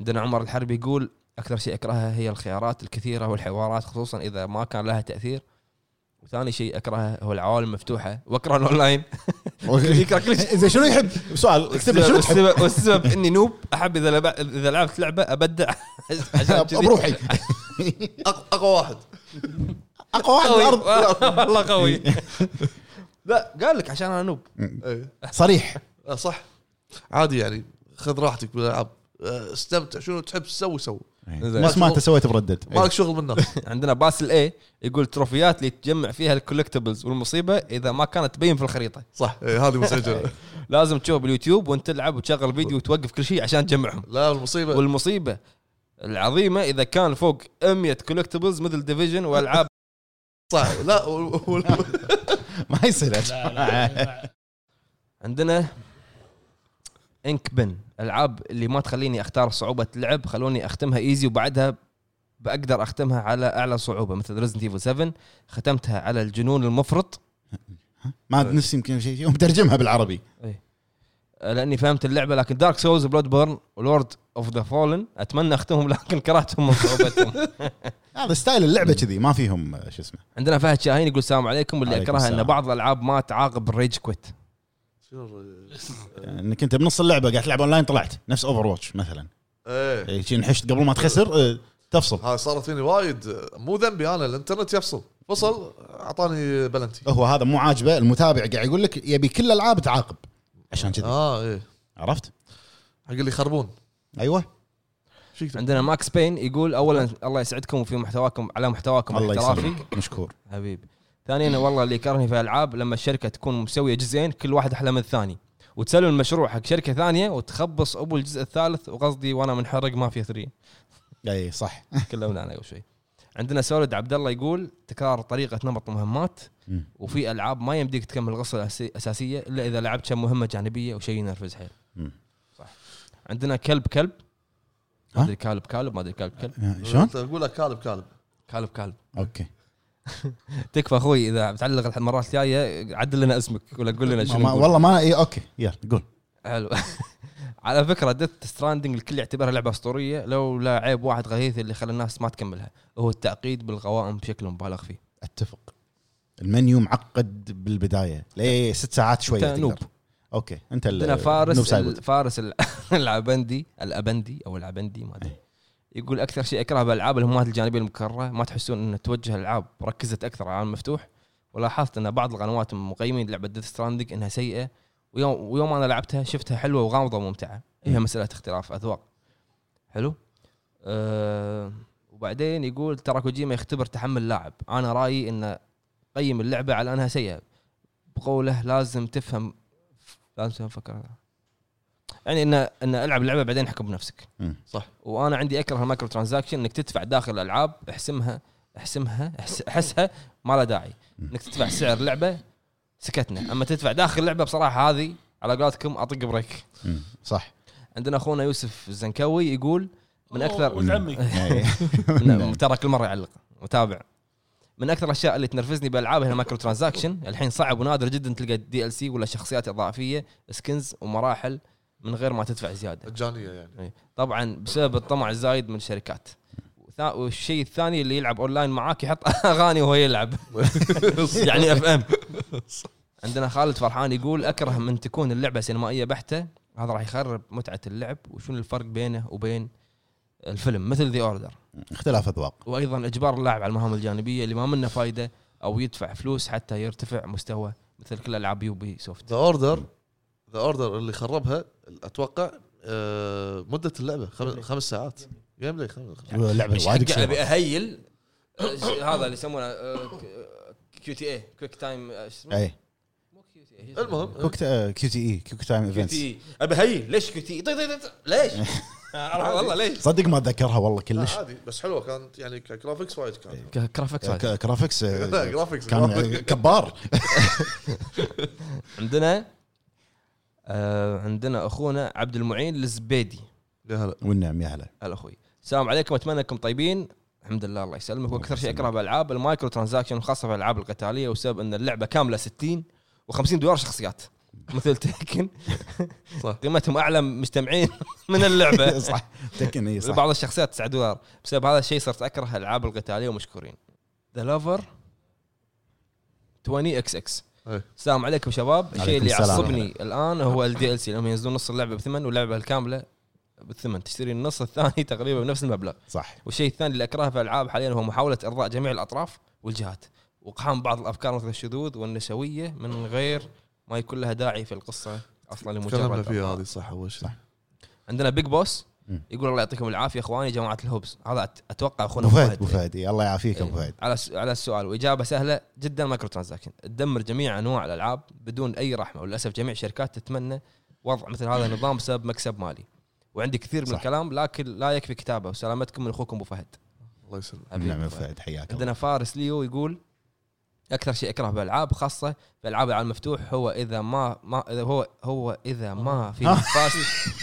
عندنا عمر الحربي يقول اكثر شيء اكرهه هي الخيارات الكثيره والحوارات خصوصا اذا ما كان لها تاثير وثاني شيء اكرهه هو العوالم المفتوحه واكره الاونلاين يكره كل شيء
زين شنو يحب؟ سؤال اكتب له شنو تحب؟
والسبب, والسبب اني نوب احب اذا لعب- اذا لعبت لعبه ابدع عشان كذي.
بروحي
اقوى أقوى واحد
اقوى واحد
طيب.
قوي
بالارض
والله قوي لا قال لك عشان انا نوب
إيه.
صريح
آه، صح عادي يعني خذ راحتك بالالعاب آه، استمتع شنو تحب تسوي سوي
إيه.
نفس ما انت سويت بردد
إيه.
مالك شغل بالناس
عندنا باسل اي يقول تروفيات اللي تجمع فيها الكولكتبلز والمصيبه اذا ما كانت تبين في الخريطه
صح إيه، هذه مسجله
لازم تشوف باليوتيوب وانت تلعب وتشغل فيديو وتوقف كل شيء عشان تجمعهم
لا المصيبه
والمصيبه العظيمه اذا كان فوق 100 كولكتبلز مثل ديفيجن والعاب
صح لا وال- وال-
إيه. ما يصير
لا لا
عندنا انك بن العاب اللي ما تخليني اختار صعوبه لعب خلوني اختمها ايزي وبعدها بقدر اختمها على اعلى صعوبه مثل ريزنت ايفل 7 ختمتها على الجنون المفرط
ما أدري نفسي يمكن شيء شيء ومترجمها بالعربي
آه، لاني فهمت اللعبه لكن دارك سولز بلود بورن ولورد اوف ذا فولن اتمنى اختمهم لكن كرهتهم من صعوبتهم
هذا ستايل اللعبه كذي ما فيهم آه، شو اسمه
عندنا فهد شاهين يقول السلام عليكم واللي
عليكم
اكرهه ان
السلام.
بعض الالعاب ما تعاقب الريج كويت
شنو-
انك انت بنص اللعبه قاعد تلعب اونلاين طلعت نفس اوفر واتش مثلا
ايه
إيه، شي نحشت قبل ما تخسر آه، تفصل
هاي صارت فيني وايد آه، مو ذنبي انا الانترنت يفصل فصل اعطاني بلنتي
هو هذا مو عاجبه المتابع قاعد يقول لك يبي كل الالعاب تعاقب عشان
آه.
كذي
اه ايه
عرفت؟
حق اللي يخربون
ايوه
شو يكتب؟
عندنا ماكس بين يقول اولا الله يسعدكم وفي محتواكم على محتواكم
الله
الاحترافي
يسلمك مشكور
حبيبي ثانيا والله اللي كرهني في الالعاب لما الشركه تكون مسويه جزئين كل واحد احلى من الثاني وتسلم المشروع حق شركه ثانيه وتخبص ابو الجزء الثالث وقصدي وانا منحرق ما في ثري
اي إيه، صح
تكلمنا عنها قبل شوي عندنا سولد عبد الله يقول تكرار طريقه نمط مهمات
مم.
وفي العاب ما يمديك تكمل القصه الأسي- الاساسيه الا اذا لعبت كم مهمه جانبيه وشيء ينرفز حيل
مم.
صح عندنا كلب كلب ما
ها؟
ادري كلب كلب ما ادري كلب كلب
آه، شلون؟
اقول لك كالب كالب
كلب كلب
اوكي
تكفى اخوي اذا بتعلق الح- المرات الجايه عدل لنا اسمك ولا قول لنا
ما-
شنو
ما-
نقول.
والله ما اي اوكي يلا قول
حلو على فكره ديث ستراندنج الكل يعتبرها لعبه اسطوريه لولا عيب واحد غثيث اللي خلى الناس ما تكملها هو التعقيد بالقوائم بشكل مبالغ فيه
اتفق المنيو معقد بالبدايه ليه ست ساعات شويه
أنت
طيب، تقدر.
نوب.
اوكي انت ال-
عندنا
نوب
فارس
سايبوت.
ال- فارس ال- العبندي الابندي او العبندي ما ادري يقول اكثر شيء اكرهه بالالعاب الهمات الجانبيه المكرره ما تحسون ان توجه الالعاب ركزت اكثر على العالم المفتوح ولاحظت ان بعض القنوات من مقيمين لعبه ديث ستراندنج انها سيئه ويوم, ويوم انا لعبتها شفتها حلوه وغامضه وممتعه هي مساله اختلاف اذواق حلو أه وبعدين يقول ترى كوجيما يختبر تحمل لاعب انا رايي انه قيم اللعبه على انها سيئه بقوله لازم تفهم لازم تفهم فكرة يعني ان ان العب اللعبه بعدين احكم بنفسك
مم.
صح.
وانا عندي اكره المايكرو ترانزاكشن انك تدفع داخل الالعاب احسمها احسمها أحس- احسها ما لها داعي
مم.
انك تدفع سعر لعبه سكتنا اما تدفع داخل لعبه بصراحه هذه على قولتكم اطق بريك
مم. صح
عندنا اخونا يوسف الزنكوي يقول من اكثر
ولد عمي
إيه.
من- ترى كل مره يعلق متابع من اكثر الاشياء اللي تنرفزني بالالعاب هي المايكرو ترانزاكشن الحين صعب ونادر جدا تلقى دي ال سي ولا شخصيات اضافيه سكنز ومراحل من غير ما تدفع زياده
مجانيه يعني
طبعا بسبب الطمع الزايد من الشركات وثا- والشيء الثاني اللي يلعب اونلاين معاك يحط اغاني وهو يلعب يعني اف ام عندنا خالد فرحان يقول اكره من تكون اللعبه سينمائيه بحته هذا راح يخرب متعه اللعب وشنو الفرق بينه وبين الفيلم مثل ذا اوردر
اختلاف اذواق
وايضا اجبار اللاعب على المهام الجانبيه اللي ما منه فايده او يدفع فلوس حتى يرتفع مستوى مثل كل العاب يوبي سوفت
ذا اوردر ذا اوردر اللي خربها اتوقع آه، مده اللعبه خم- خمس ساعات جيم بلاي خمس خمس-
لعبه
يعني مش
وايد
حق ابي
قصيرة.
اهيل آه، هذا اللي يسمونه آه، كيو تي اي كويك تايم آه، شو اسمه؟
اي
مو كيو تي اي
المهم
إيه. كوك كيو تي اي كيو تايم
كيو
ايفنتس
تي اي ابي اهيل ليش كيو تي اي طيب، طيب، طيب، ليش؟ آه، والله ليش؟
صدق ما اتذكرها والله
لا،
آه،
كلش
آه، عادي بس حلوه كانت يعني كجرافكس وايد كانت
كرافكس
ك- كرافكس آه،
جرافكس
كان
جرافكس.
كبار
عندنا آه، عندنا اخونا عبد المعين الزبيدي
يا هلا
والنعم يا هلا
هلا اخوي السلام عليكم اتمنى انكم طيبين الحمد لله الله يسلمك واكثر شيء اكره
يسلمك.
بالالعاب المايكرو ترانزاكشن وخاصه في الالعاب القتاليه وسبب ان اللعبه كامله 60 و50 دولار شخصيات مثل تكن
صح.
قيمتهم اعلى مجتمعين من اللعبه
صح تكن اي صح
بعض الشخصيات 9 دولار بسبب هذا الشيء صرت اكره الالعاب القتاليه ومشكورين ذا لافر 20 اكس اكس
إيه.
السلام عليكم شباب الشيء
عليكم
اللي
السلام.
يعصبني الان هو الدي ال سي لما ينزلون نص اللعبه بثمن واللعبه الكامله بالثمن تشتري النص الثاني تقريبا بنفس المبلغ
صح
والشيء الثاني اللي اكرهه في الالعاب حاليا هو محاوله ارضاء جميع الاطراف والجهات واقحام بعض الافكار مثل الشذوذ والنسويه من غير ما يكون لها داعي في القصه اصلا
تكلمنا
لمجرد
فيها
الأرضاء.
هذه صح اول شيء
عندنا بيج بوس
مم.
يقول الله يعطيكم العافيه اخواني جماعه الهوبز هذا أت- اتوقع اخونا
ابو فهد ابو
إيه.
فهد إي، الله يعافيك ابو
إيه.
فهد
على س- على السؤال واجابه سهله جدا مايكرو ترانزاكشن تدمر جميع انواع الالعاب بدون اي رحمه وللاسف جميع الشركات تتمنى وضع مثل هذا النظام بسبب مكسب مالي وعندي كثير من
صح.
الكلام لكن لا يكفي كتابه وسلامتكم من اخوكم ابو فهد
الله يسلمك
حبيبي
نعم
أبو
ابو
فهد.
فهد حياك الله
عندنا فارس ليو يقول اكثر شيء اكره بالالعاب خاصه بالالعاب على المفتوح هو اذا ما ما إذا هو هو اذا ما في
آه.
فاست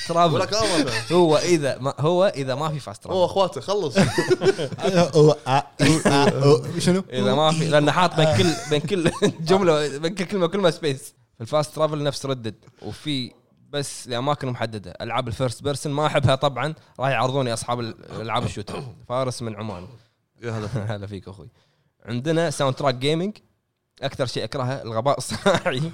ترافل
ولك أمر.
هو اذا ما هو اذا ما في فاست
هو
ترافل
اخواته خلص
أه، أه، أه، أه، أه، شنو؟
اذا ما في لان حاط بين كل بين كل جمله بين كل كلمه كلمه سبيس الفاست ترافل نفس ردد وفي بس لاماكن محدده العاب الفيرست بيرسون ما احبها طبعا راح يعرضوني اصحاب الالعاب الشوتر فارس من عمان
يا هلا
هلا فيك اخوي عندنا ساوند تراك جيمنج اكثر شيء اكرهه الغباء الصناعي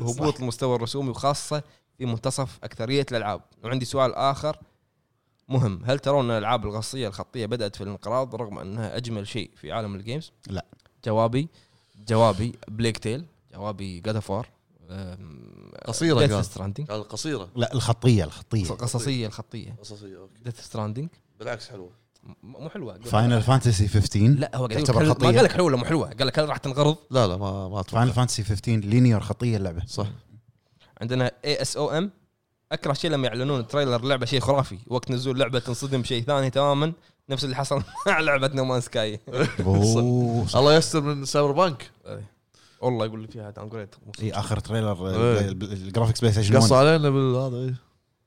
وهبوط المستوى الرسومي وخاصه في منتصف اكثريه الالعاب وعندي سؤال اخر مهم هل ترون ان الالعاب الغصيه الخطيه بدات في الانقراض رغم انها اجمل شيء في عالم الجيمز
لا.
جوابي جوابي بليك تيل جوابي جاد اوف وار
Oh
قصيره قال
ستراندنج
قال قصيره
لا الخطيه الخطيه
القصصيه الخطيه
قصصيه اوكي
ديث ستراندنج
بالعكس حلوه
مو حلوه
فاينل فانتسي 15
لا هو قال لك
تعتبر
حلوة. ما
خطية.
قال لك حلوه ولا مو حلوه قال لك هل راح تنقرض
لا لا ما ما
فاينل
اتوقع
فانتسي 15 لينير خطيه اللعبه
صح
عندنا اي اس او ام اكره شيء لما يعلنون تريلر لعبه شيء خرافي وقت نزول لعبه تنصدم شيء ثاني تماما نفس اللي حصل مع لعبه نومان سكاي
أوه، صح.
الله يستر من سايبر بانك
والله يقول لي فيها داون جريد
اي اخر تريلر
إيه.
آه، الب- الجرافيكس بلاي ستيشن
قص
1
علينا بالهذا إيه.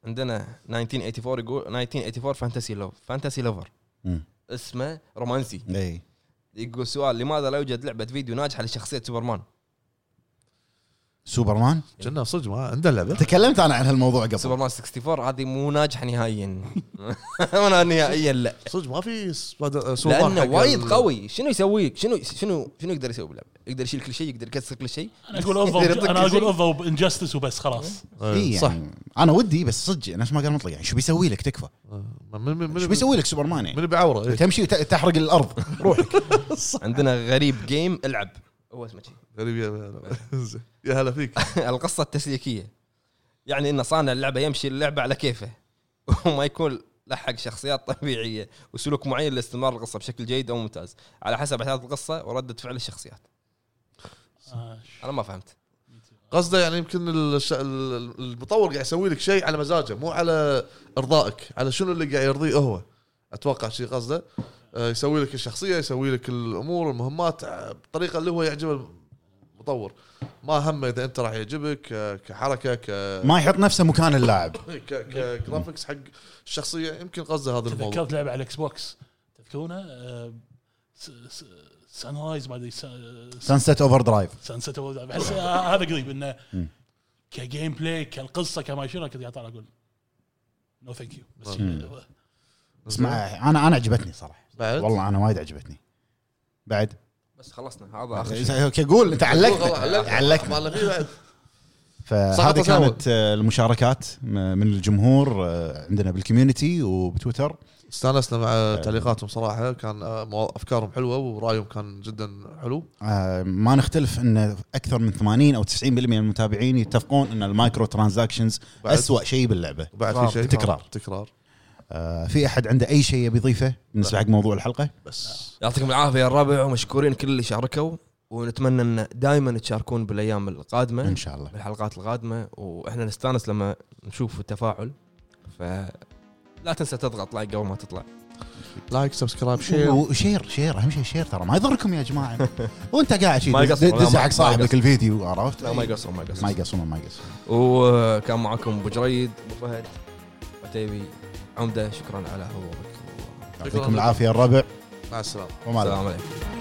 عندنا 1984 يقول 1984 فانتسي لوف فانتسي لوفر
مم.
اسمه رومانسي
اي
يقول سؤال لماذا لا يوجد لعبه فيديو ناجحه لشخصيه سوبرمان؟
سوبرمان
كنا صدق ما عندنا لعبه
تكلمت انا عن هالموضوع قبل
سوبرمان 64 هذه مو ناجحه نهائيا ولا نهائيا لا
صدق ما في سبايدر آه، سوبر
لانه
حق
وايد
ال-
قوي شنو يسوي شنو شنو شنو يقدر يسوي باللعبه؟ يقدر يشيل كل شيء يقدر يكسر كل شيء
انا اقول
إيه،
يعطيك
اوفا انا
شيء.
اقول اوفا وانجستس وبس خلاص
اي
آه،
صح
صح
يعني انا ودي بس صدق نفس ما قال مطلق يعني شو بيسوي لك تكفى
آه، من من
شو
من
بيسوي لك سوبرمان يعني
من بعوره إيه.
تمشي وت- تحرق الارض روحك
عندنا غريب جيم العب هو اسمه شي.
غريب يا- زين. يا هلا فيك
القصه التسليكيه يعني ان صانع اللعبه يمشي اللعبه على كيفه وما يكون لحق شخصيات طبيعيه وسلوك معين لاستمرار القصه بشكل جيد او ممتاز على حسب احداث القصه ورده فعل الشخصيات
إيه.
آه،
انا ما فهمت
قصده يعني يمكن الش- ال- المطور قاعد يسوي لك شيء على مزاجه مو على ارضائك على شنو اللي قاعد يرضيه هو اتوقع شيء قصده آه، يسوي لك الشخصيه يسوي لك الامور المهمات آه، بالطريقه اللي هو يعجبه المطور ما همه اذا انت راح يعجبك آه، كحركه ك
ما يحط نفسه مكان اللاعب
ك- كجرافكس حق الشخصيه يمكن قصده هذا الموضوع
تذكرت لعبه على الاكس بوكس تذكرونه آه، سان رايز ما ادري
سانست اوفر درايف
سانست بحس آه، هذا قريب انه
مم.
كجيم بلاي كالقصه كما شنو كنت قاعد طالع اقول نو ثانك يو بس
مم. اسمع انا انا عجبتني صراحه
بعد
والله انا وايد عجبتني بعد
بس خلصنا هذا اخر شيء
اوكي قول انت علقت علقت
علقت
فهذه
سقط الأول.
كانت آه، المشاركات م- من الجمهور آه، عندنا بالكوميونتي وبتويتر
استانسنا
إيه.
مع تعليقاتهم صراحه كان آه، مو- افكارهم حلوه ورايهم كان جدا حلو
آه، ما نختلف ان اكثر من 80 او 90% من المتابعين يتفقون ان المايكرو ترانزاكشنز
بعد-
اسوء شيء باللعبه
بعد في شيء
تكرار.
تكرار
آه، في احد عنده اي شيء يبي يضيفه بالنسبه حق موضوع الحلقه
بس
يعطيكم العافيه يا الربع ومشكورين كل اللي شاركوا ونتمنى ان دائما تشاركون بالايام القادمه
ان شاء الله
بالحلقات القادمه واحنا نستانس لما نشوف التفاعل ف لا تنسى تضغط لايك قبل ما تطلع
لايك سبسكرايب شير
وشير شير اهم شيء شير ترى ما يضركم يا جماعه وانت قاعد شي
ما
دز-
يقصر، لا،
دز
ما-
حق
ما
صاحبك
يقصر.
الفيديو عرفت
لا ما يقصر ما
ما
يقصر
يقصرون ما يقصرون
وكان معاكم ابو جريد ابو فهد عتيبي عمده شكرا على حضورك
يعطيكم العافيه الربع
مع السلامه
وما
السلام
عليكم
عليكم